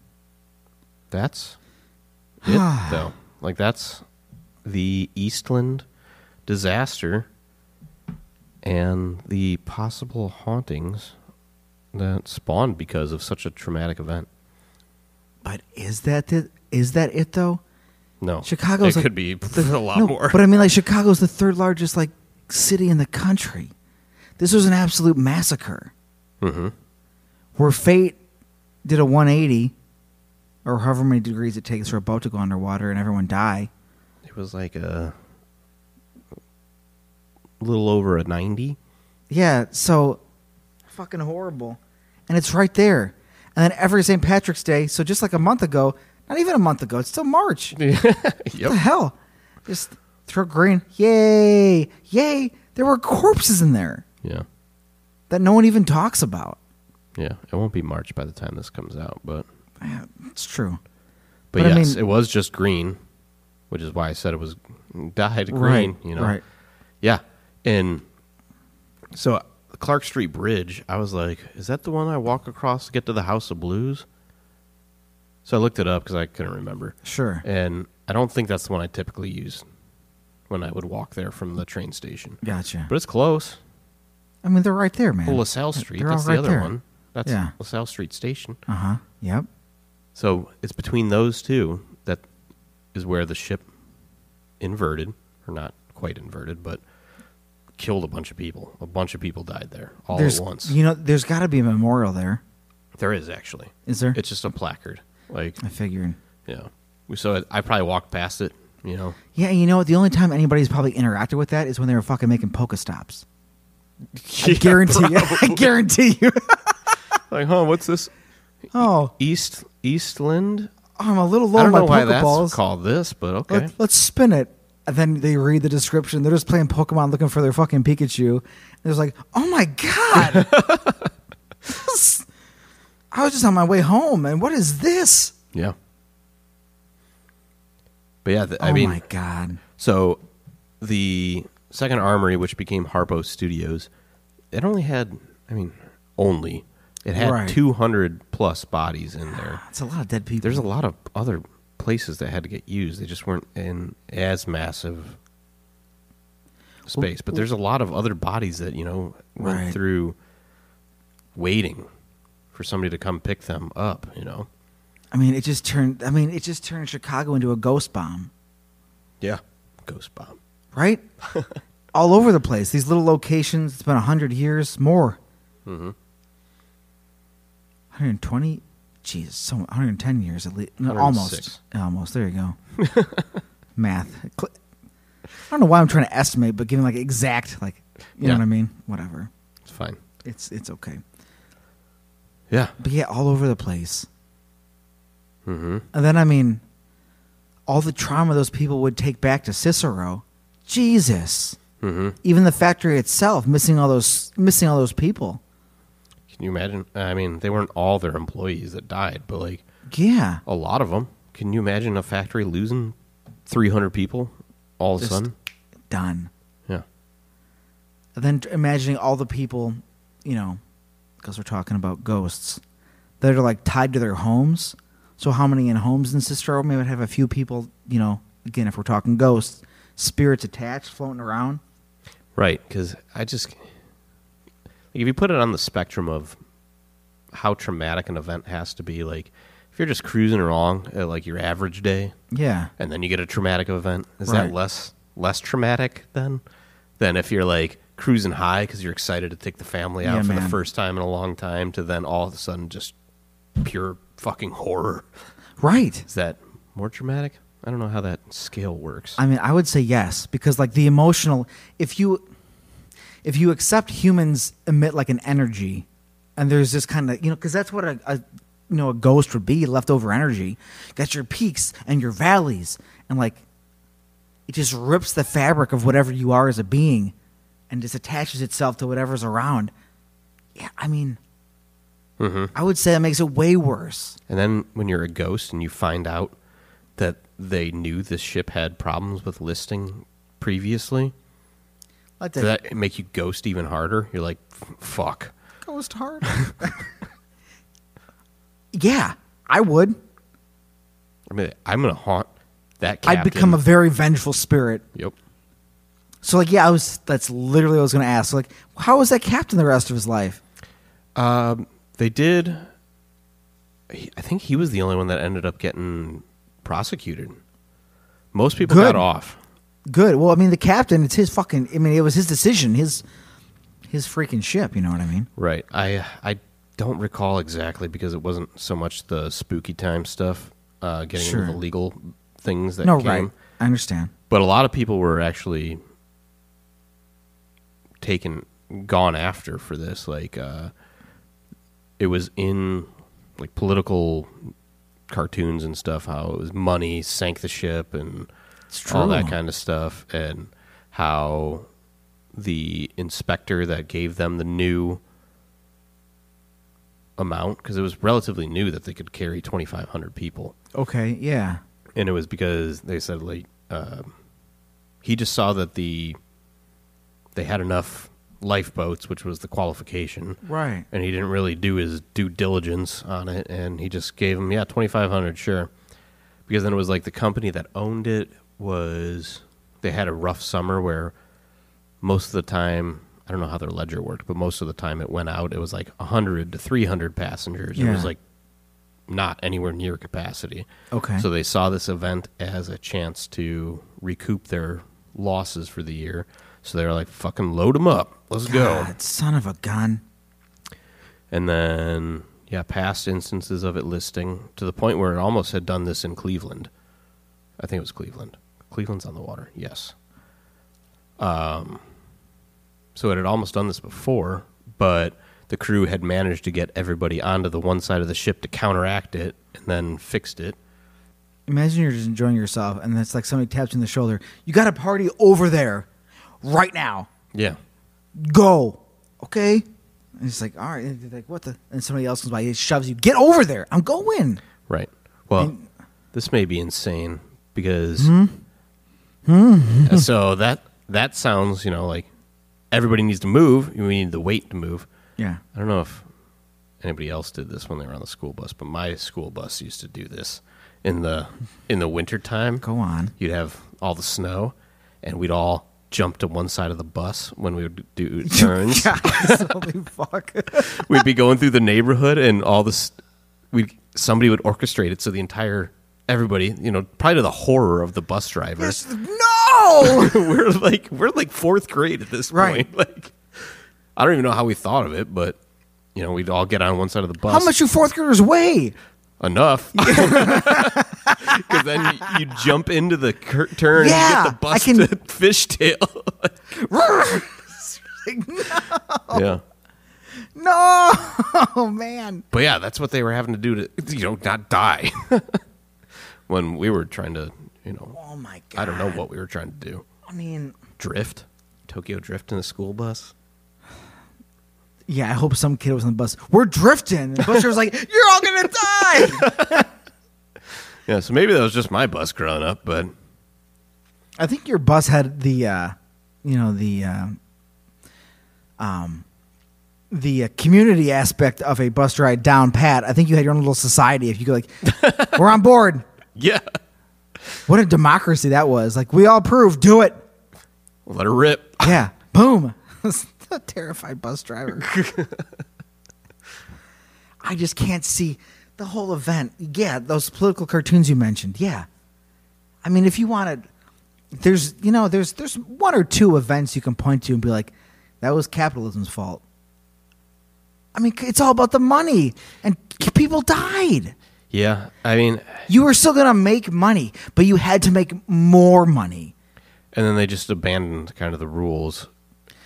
Speaker 1: That's it, though. Like that's the Eastland disaster and the possible hauntings that spawned because of such a traumatic event.
Speaker 2: But is that it? Is that it though?
Speaker 1: No,
Speaker 2: Chicago's
Speaker 1: It
Speaker 2: like-
Speaker 1: could be
Speaker 2: the-
Speaker 1: a lot
Speaker 2: no,
Speaker 1: more.
Speaker 2: But I mean, like Chicago's the third largest like city in the country. This was an absolute massacre.
Speaker 1: Mhm.
Speaker 2: Where fate did a 180, or however many degrees it takes for a boat to go underwater and everyone die.
Speaker 1: It was like a little over a ninety.
Speaker 2: Yeah, so fucking horrible. And it's right there. And then every St. Patrick's Day, so just like a month ago, not even a month ago, it's still March. What the
Speaker 1: yep.
Speaker 2: hell? Just throw green. Yay! Yay! There were corpses in there
Speaker 1: Yeah.
Speaker 2: that no one even talks about.
Speaker 1: Yeah. It won't be March by the time this comes out, but
Speaker 2: Yeah, It's true.
Speaker 1: But,
Speaker 2: But I
Speaker 1: yes,
Speaker 2: mean-
Speaker 1: it was just green, which is why I said it was dyed green.
Speaker 2: Right,
Speaker 1: you know,
Speaker 2: right.
Speaker 1: Yeah, and so the Clark Street Bridge, I was like, "Is that the one I walk across to get to the House of Blues?" So I looked it up because I couldn't remember,
Speaker 2: Sure.
Speaker 1: and I don't think that's the one I typically use when I would walk there from the train station.
Speaker 2: Gotcha.
Speaker 1: But it's close.
Speaker 2: I mean, they're right there, man.
Speaker 1: Well, LaSalle Street.
Speaker 2: They're all
Speaker 1: That's
Speaker 2: right
Speaker 1: the other
Speaker 2: there.
Speaker 1: one. That's
Speaker 2: Yeah.
Speaker 1: LaSalle Street Station.
Speaker 2: Uh huh. Yep.
Speaker 1: So it's between those two that is where the ship inverted, or not quite inverted, but killed a bunch of people. A bunch of people died there all
Speaker 2: there's,
Speaker 1: at once.
Speaker 2: You know, there's got to be a memorial there.
Speaker 1: there is actually.
Speaker 2: Is there?
Speaker 1: It's just a placard. Like,
Speaker 2: I figured.
Speaker 1: yeah. We So I, I probably walked past it, you know.
Speaker 2: Yeah, you know, the only time anybody's probably interacted with that is when they were fucking making polka stops. I guarantee you. I guarantee you.
Speaker 1: Like, huh, what's this?
Speaker 2: oh,
Speaker 1: East Eastland?
Speaker 2: I'm a little low on
Speaker 1: I don't
Speaker 2: my
Speaker 1: know why
Speaker 2: polka
Speaker 1: that's
Speaker 2: balls.
Speaker 1: called this, but okay.
Speaker 2: Let, us spin it. And then they read the description. They're just playing Pokemon looking for their fucking Pikachu. And it's like, oh my God. This- I was just on my way home. And what is this?
Speaker 1: yeah. But yeah, th- I
Speaker 2: oh
Speaker 1: mean,
Speaker 2: my God.
Speaker 1: So the second armory, which became Harpo Studios, it only had, I mean, only, it had
Speaker 2: Right.
Speaker 1: 200 plus bodies in there.
Speaker 2: It's a lot of dead people.
Speaker 1: There's a lot of other places that had to get used. They just weren't in as massive space. But there's a lot of other bodies that, you know, went
Speaker 2: Right.
Speaker 1: through waiting for somebody to come pick them up, you know?
Speaker 2: I mean, it just turned. I mean, it just turned Chicago into a ghost bomb,
Speaker 1: Yeah. Ghost bomb.
Speaker 2: right? All over the place. These little locations. It's been hundred years more. Mm-hmm. Hundred twenty. Jesus, so one hundred ten years at least. No,
Speaker 1: 106.
Speaker 2: almost. Almost. There you go. Math. Cl- I don't know why I'm trying to estimate, but giving like exact, like you know
Speaker 1: Yeah.
Speaker 2: what I mean. Whatever.
Speaker 1: It's fine.
Speaker 2: It's it's okay.
Speaker 1: Yeah.
Speaker 2: But yeah, all over the place. Mm-hmm. And then I mean, all the trauma those people would take back to Cicero, Jesus. Mm-hmm. Even the factory itself, missing all those missing all those people.
Speaker 1: Can you imagine? I mean, they weren't all their employees that died, but like
Speaker 2: Yeah,
Speaker 1: a lot of them. Can you imagine a factory losing 300 people all of a
Speaker 2: Just-
Speaker 1: sudden?
Speaker 2: done.
Speaker 1: Yeah.
Speaker 2: And then t- imagining all the people, you know, because we're talking about ghosts that are like tied to their homes. So how many in homes in Cicero? Maybe I'd have a few people, you know. Again, if we're talking ghosts, spirits attached, floating around.
Speaker 1: Right. Because I just, like, if you put it on the spectrum of how traumatic an event has to be, like, if you're just cruising along at like your average day
Speaker 2: Yeah,
Speaker 1: and then you get a traumatic event, is
Speaker 2: Right.
Speaker 1: that less less traumatic then than if you're like cruising high because you're excited to take the family out
Speaker 2: Yeah,
Speaker 1: for the
Speaker 2: man.
Speaker 1: first time in a long time to then all of a sudden just pure fucking horror?
Speaker 2: right.
Speaker 1: Is that more traumatic? I don't know how that scale works.
Speaker 2: I mean, I would say yes because like the emotional if you if you accept humans emit like an energy and there's this kind of you know because that's what a, a you know a ghost would be leftover energy got your peaks and your valleys and like it just rips the fabric of whatever you are as a being and just attaches itself to whatever's around yeah i mean i would say that makes it way worse
Speaker 1: and then when you're a ghost and you find out that they knew this ship had problems with listing previously,
Speaker 2: Like
Speaker 1: Does
Speaker 2: the-
Speaker 1: that make you ghost even harder? You're like, "F- fuck.
Speaker 2: Ghost hard. yeah, I would.
Speaker 1: I mean, I'm gonna haunt that. Captain.
Speaker 2: I'd become a very vengeful spirit.
Speaker 1: Yep.
Speaker 2: So like, yeah, I was. That's literally what I was going to ask. Like, how was that captain the rest of his life?
Speaker 1: Um, they did. he- I think he was the only one that ended up getting prosecuted. Most people
Speaker 2: Good.
Speaker 1: got off.
Speaker 2: Good. Well, I mean, the captain. It's his fucking. I mean, it was his decision. His his freaking ship. You know what I mean?
Speaker 1: Right. I I don't recall exactly because it wasn't so much the spooky time stuff, uh, getting
Speaker 2: Sure.
Speaker 1: into the legal things that
Speaker 2: No,
Speaker 1: came.
Speaker 2: right. I understand.
Speaker 1: But a lot of people were actually taken, gone after for this. Like, uh, it was in like political cartoons and stuff. How it was money sank the ship and
Speaker 2: It's
Speaker 1: all
Speaker 2: true.
Speaker 1: that kind of stuff, and how the inspector that gave them the new amount because it was relatively new that they could carry twenty five hundred people
Speaker 2: Okay. Yeah.
Speaker 1: and it was because they said like um he just saw that the they had enough lifeboats, which was the qualification,
Speaker 2: Right.
Speaker 1: and he didn't really do his due diligence on it, and he just gave him yeah twenty five hundred sure, because then it was like the company that owned it was they had a rough summer where most of the time. I don't know how their ledger worked, but most of the time it went out. It was like 100 to 300 passengers. It
Speaker 2: Yeah.
Speaker 1: was like not anywhere near capacity.
Speaker 2: Okay.
Speaker 1: So they saw this event as a chance to recoup their losses for the year. So they were like, fucking load them up. Let's go.
Speaker 2: God, son of a gun.
Speaker 1: And then, yeah, past instances of it listing to the point where it almost had done this in Cleveland. I think it was Cleveland. Cleveland's on the water, yes. Um, so it had almost done this before, but the crew had managed to get everybody onto the one side of the ship to counteract it and then fixed it.
Speaker 2: Imagine you're just enjoying yourself, and it's like somebody taps you in the shoulder. You got a party over there, right now.
Speaker 1: Yeah.
Speaker 2: Go, okay. And it's like, all right. And you're like, what the? And somebody else comes by, he shoves you. Get over there. I'm going.
Speaker 1: Right. Well,
Speaker 2: And- Hmm?
Speaker 1: this may be insane because so that that sounds, you know, like everybody needs to move. We need the weight to move.
Speaker 2: Yeah.
Speaker 1: I don't know if anybody else did this when they were on the school bus, but my school bus used to do this in the in the winter time.
Speaker 2: Go on.
Speaker 1: You'd have all the snow, and we'd all jump to one side of the bus when we would do turns.
Speaker 2: Guys, holy fuck.
Speaker 1: we'd be going through the neighborhood and all this we somebody would orchestrate it so the entire everybody you know probably to the horror of the bus driver
Speaker 2: Yes, no.
Speaker 1: we're like we're like fourth grade at this
Speaker 2: Right.
Speaker 1: point like i don't even know how we thought of it but you know we'd all get on one side of the bus
Speaker 2: How much you fourth graders weigh?
Speaker 1: enough because then you, you jump into the cur- turn
Speaker 2: Yeah,
Speaker 1: and you get the bus
Speaker 2: I can-
Speaker 1: to fishtail
Speaker 2: Oh.
Speaker 1: yeah
Speaker 2: no, oh, man.
Speaker 1: But yeah, that's what they were having to do to you know not die. when we were trying to, you know,
Speaker 2: Oh my god.
Speaker 1: I don't know what we were trying to do.
Speaker 2: I mean,
Speaker 1: Drift, Tokyo Drift in a school bus.
Speaker 2: yeah. I hope some kid was on the bus. We're drifting. And the bus driver's like, "You're all gonna die."
Speaker 1: Yeah, so maybe that was just my bus growing up, but
Speaker 2: I think your bus had the, uh, you know, the, uh, um, the uh, community aspect of a bus ride down pat. I think you had your own little society. If you go like, "We're on board."
Speaker 1: yeah,
Speaker 2: What a democracy that was! Like, we all approve. Do it.
Speaker 1: let her rip.
Speaker 2: Yeah. Boom. a terrified bus driver. I just can't see the whole event. Yeah, those political cartoons you mentioned. Yeah. I mean, if you wanted there's you know, there's there's one or two events you can point to and be like, that was capitalism's fault. I mean, it's all about the money and people died.
Speaker 1: Yeah, I mean,
Speaker 2: You were still going to make money, but you had to make more money.
Speaker 1: and then they just abandoned kind of the rules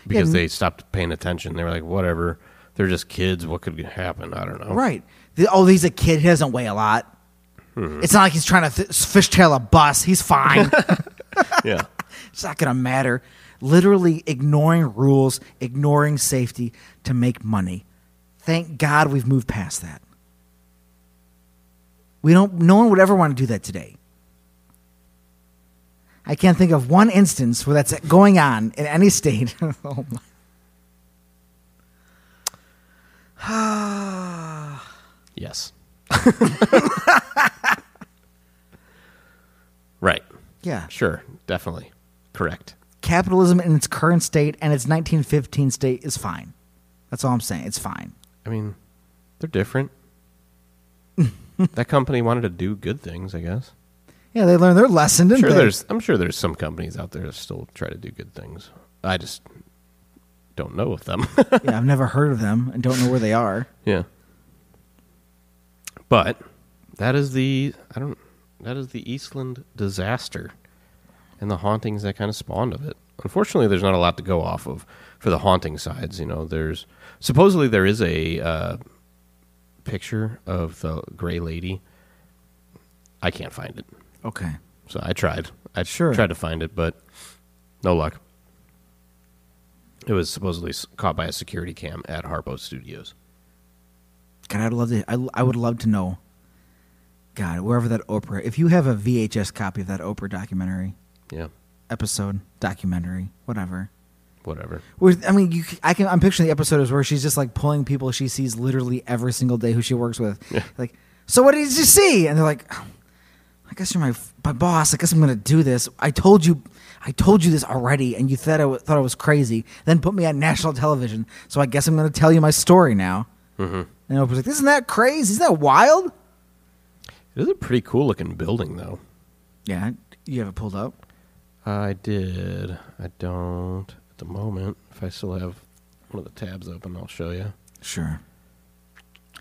Speaker 1: because they stopped paying attention. They were like, whatever, they're just kids. What could happen? I don't know.
Speaker 2: Right. The, oh, he's a kid. He doesn't weigh a lot. It's not like he's trying to th- fishtail a bus. He's fine.
Speaker 1: Yeah.
Speaker 2: it's not going to matter. Literally ignoring rules, ignoring safety to make money. Thank God we've moved past that. We don't. No one would ever want to do that today. I can't think of one instance where that's going on in any state. oh my.
Speaker 1: Yes. right.
Speaker 2: Yeah.
Speaker 1: Sure. Definitely. Correct.
Speaker 2: Capitalism in its current state and its 1915 state is fine. That's all I'm saying. It's fine.
Speaker 1: I mean, they're different. that company wanted to do good things, I guess.
Speaker 2: Yeah, they learned their lesson, didn't
Speaker 1: Sure,
Speaker 2: they?
Speaker 1: there's. I'm sure there's some companies out there that still try to do good things. I just don't know of them.
Speaker 2: yeah, I've never heard of them and don't know where they are.
Speaker 1: yeah. But that is the. I don't. That is the Eastland disaster, and the hauntings that kind of spawned of it. Unfortunately, there's not a lot to go off of for the haunting sides. You know, there's supposedly there is a uh, picture of the Gray Lady. I can't find it.
Speaker 2: Okay.
Speaker 1: So I tried. I
Speaker 2: Sure.
Speaker 1: tried to find it, but no luck. It was supposedly s- caught by a security cam at Harpo Studios.
Speaker 2: God, I'd love to. I, I would love to know. God, wherever that Oprah. If you have a VHS copy of that Oprah documentary
Speaker 1: Yeah,
Speaker 2: episode, documentary, whatever.
Speaker 1: whatever.
Speaker 2: Where, I mean, you, c- I can. I'm picturing the episode is where she's just like pulling people she sees literally every single day who she works with.
Speaker 1: Yeah.
Speaker 2: Like, so what did you see? And they're like, "Oh, I guess you're my f- my boss. I guess I'm gonna do this. I told you, I told you this already, and you thought I w- thought I was crazy. Then put me on national television. So I guess I'm gonna tell you my story now. Mm-hmm. And Oprah's like, isn't that crazy? Isn't that wild?
Speaker 1: It is a pretty cool looking building, though.
Speaker 2: Yeah, you have it pulled up.
Speaker 1: I did. I don't at the moment. If I still have one of the tabs open, I'll show you.
Speaker 2: Sure.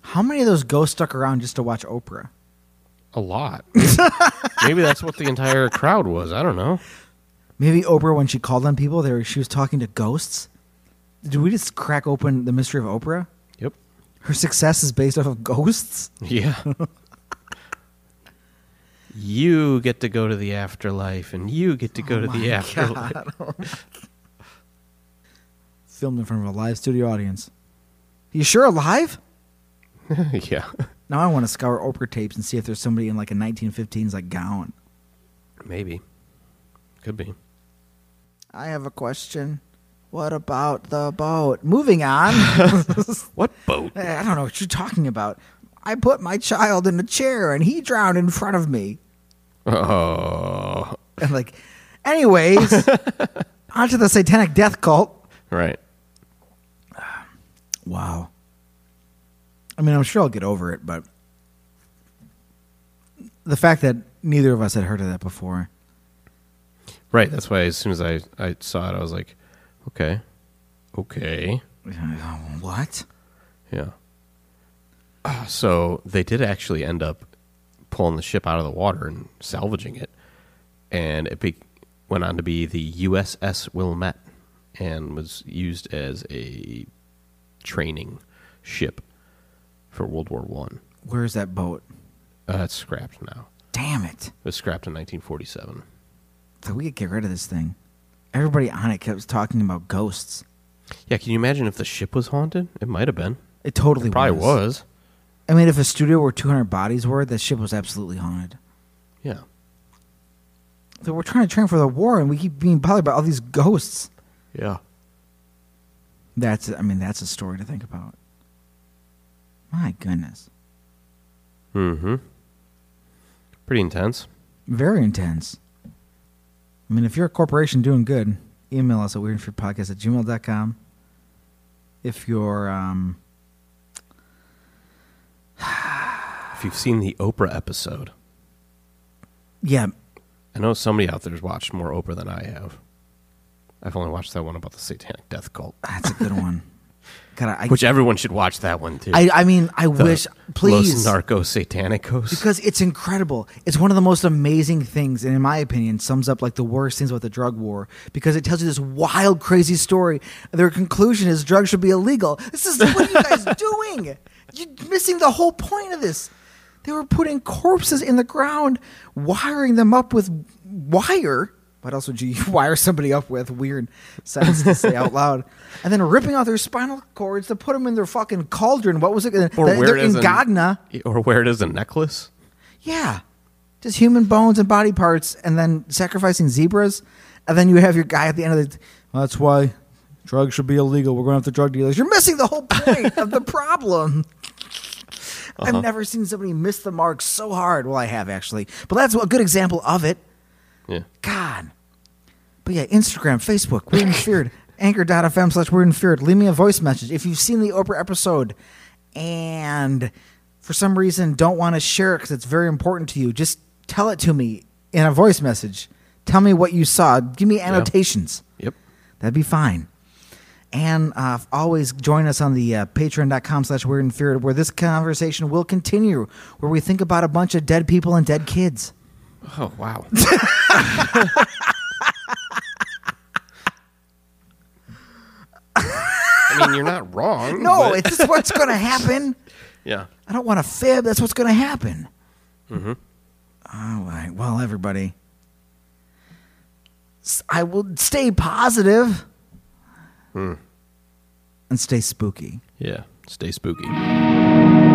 Speaker 2: How many of those ghosts stuck around just to watch Oprah?
Speaker 1: A lot. Maybe that's what the entire crowd was. I don't know.
Speaker 2: Maybe Oprah, when she called on people, there she was talking to ghosts. Did we just crack open the mystery of Oprah?
Speaker 1: Yep.
Speaker 2: Her success is based off of ghosts.
Speaker 1: Yeah. you get to go to the afterlife, and you get to go to the afterlife.
Speaker 2: Filmed in front of a live studio audience. You sure alive?
Speaker 1: yeah.
Speaker 2: Now I want to scour Oprah tapes and see if there's somebody in like a 1915s like gown.
Speaker 1: Maybe. Could be.
Speaker 2: I have a question. What about the boat? Moving on.
Speaker 1: What boat?
Speaker 2: Eh, I don't know what you're talking about. I put my child in a chair and he drowned in front of me.
Speaker 1: Oh.
Speaker 2: And like, anyways, onto the satanic death cult.
Speaker 1: Right.
Speaker 2: Wow. I mean, I'm sure I'll get over it, but the fact that neither of us had heard of that before.
Speaker 1: Right. That's why as soon as I, I saw it, I was like, okay. Okay.
Speaker 2: What?
Speaker 1: Yeah. Uh, so they did actually end up pulling the ship out of the water and salvaging it. And it be- went on to be the USS Wilmette and was used as a training ship for World War One.
Speaker 2: Where's that boat?
Speaker 1: Uh, it's scrapped now.
Speaker 2: Damn it.
Speaker 1: It was scrapped in 1947.
Speaker 2: So we could get rid of this thing. Everybody on it kept talking about ghosts.
Speaker 1: Yeah, can you imagine if the ship was haunted? It might have been.
Speaker 2: It totally
Speaker 1: Probably was.
Speaker 2: I mean, if a studio where 200 bodies were, that ship was absolutely haunted.
Speaker 1: Yeah.
Speaker 2: So we're trying to train for the war, and we keep being bothered by all these ghosts.
Speaker 1: Yeah.
Speaker 2: That's, I mean, that's a story to think about. My goodness,
Speaker 1: Mm-hmm. Pretty intense.
Speaker 2: very intense. I mean, if you're a corporation doing good, email us at weirdfearpodcast at gmail.com. If you're, um,
Speaker 1: If you've seen the Oprah episode,
Speaker 2: yeah,
Speaker 1: I know somebody out there's watched more Oprah than I have. I've only watched that one about the Satanic Death Cult,
Speaker 2: that's a good one. God, I,
Speaker 1: which everyone should watch that one too.
Speaker 2: I, I mean, I
Speaker 1: The
Speaker 2: wish, please,
Speaker 1: Los Narco Satanicos.
Speaker 2: because it's incredible. It's one of the most amazing things, and in my opinion, sums up like the worst things about the drug war because it tells you this wild, crazy story. Their conclusion is drugs should be illegal. This is what are you guys doing? You're missing the whole point of this. They were putting corpses in the ground, wiring them up with wire. What else would you wire somebody up with? Weird sentence to say out loud. And then ripping out their spinal cords to put them in their fucking cauldron. What was it?
Speaker 1: or
Speaker 2: They're
Speaker 1: where it
Speaker 2: in
Speaker 1: is an-
Speaker 2: Gagna.
Speaker 1: or where it is a necklace.
Speaker 2: Yeah. Just human bones and body parts, and then sacrificing zebras, and then you have your guy at the end of the. Well, that's why drugs should be illegal. We're going after drug dealers. You're missing the whole point of the problem. I've never seen somebody miss the mark so hard. Well, I have actually, but that's a good example of it.
Speaker 1: Yeah.
Speaker 2: God. But yeah, Instagram, Facebook, Weird and Feared, anchor.fm slash Weird and Feared. Leave me a voice message. If you've seen the Oprah episode and for some reason don't want to share it because it's very important to you, just tell it to me in a voice message. Tell me what you saw. Give me annotations.
Speaker 1: Yep.
Speaker 2: That'd be fine. And uh, always join us on the uh, patreon.com slash weird and feared where this conversation will continue, where we think about a bunch of dead people and dead kids.
Speaker 1: Oh wow. I mean, you're not wrong.
Speaker 2: No,
Speaker 1: but-
Speaker 2: it's just what's going to happen.
Speaker 1: yeah.
Speaker 2: I don't want to fib. That's what's going to happen. Mm-hmm. All right. Well, everybody, s- I will stay positive and stay spooky.
Speaker 1: Yeah. Stay spooky.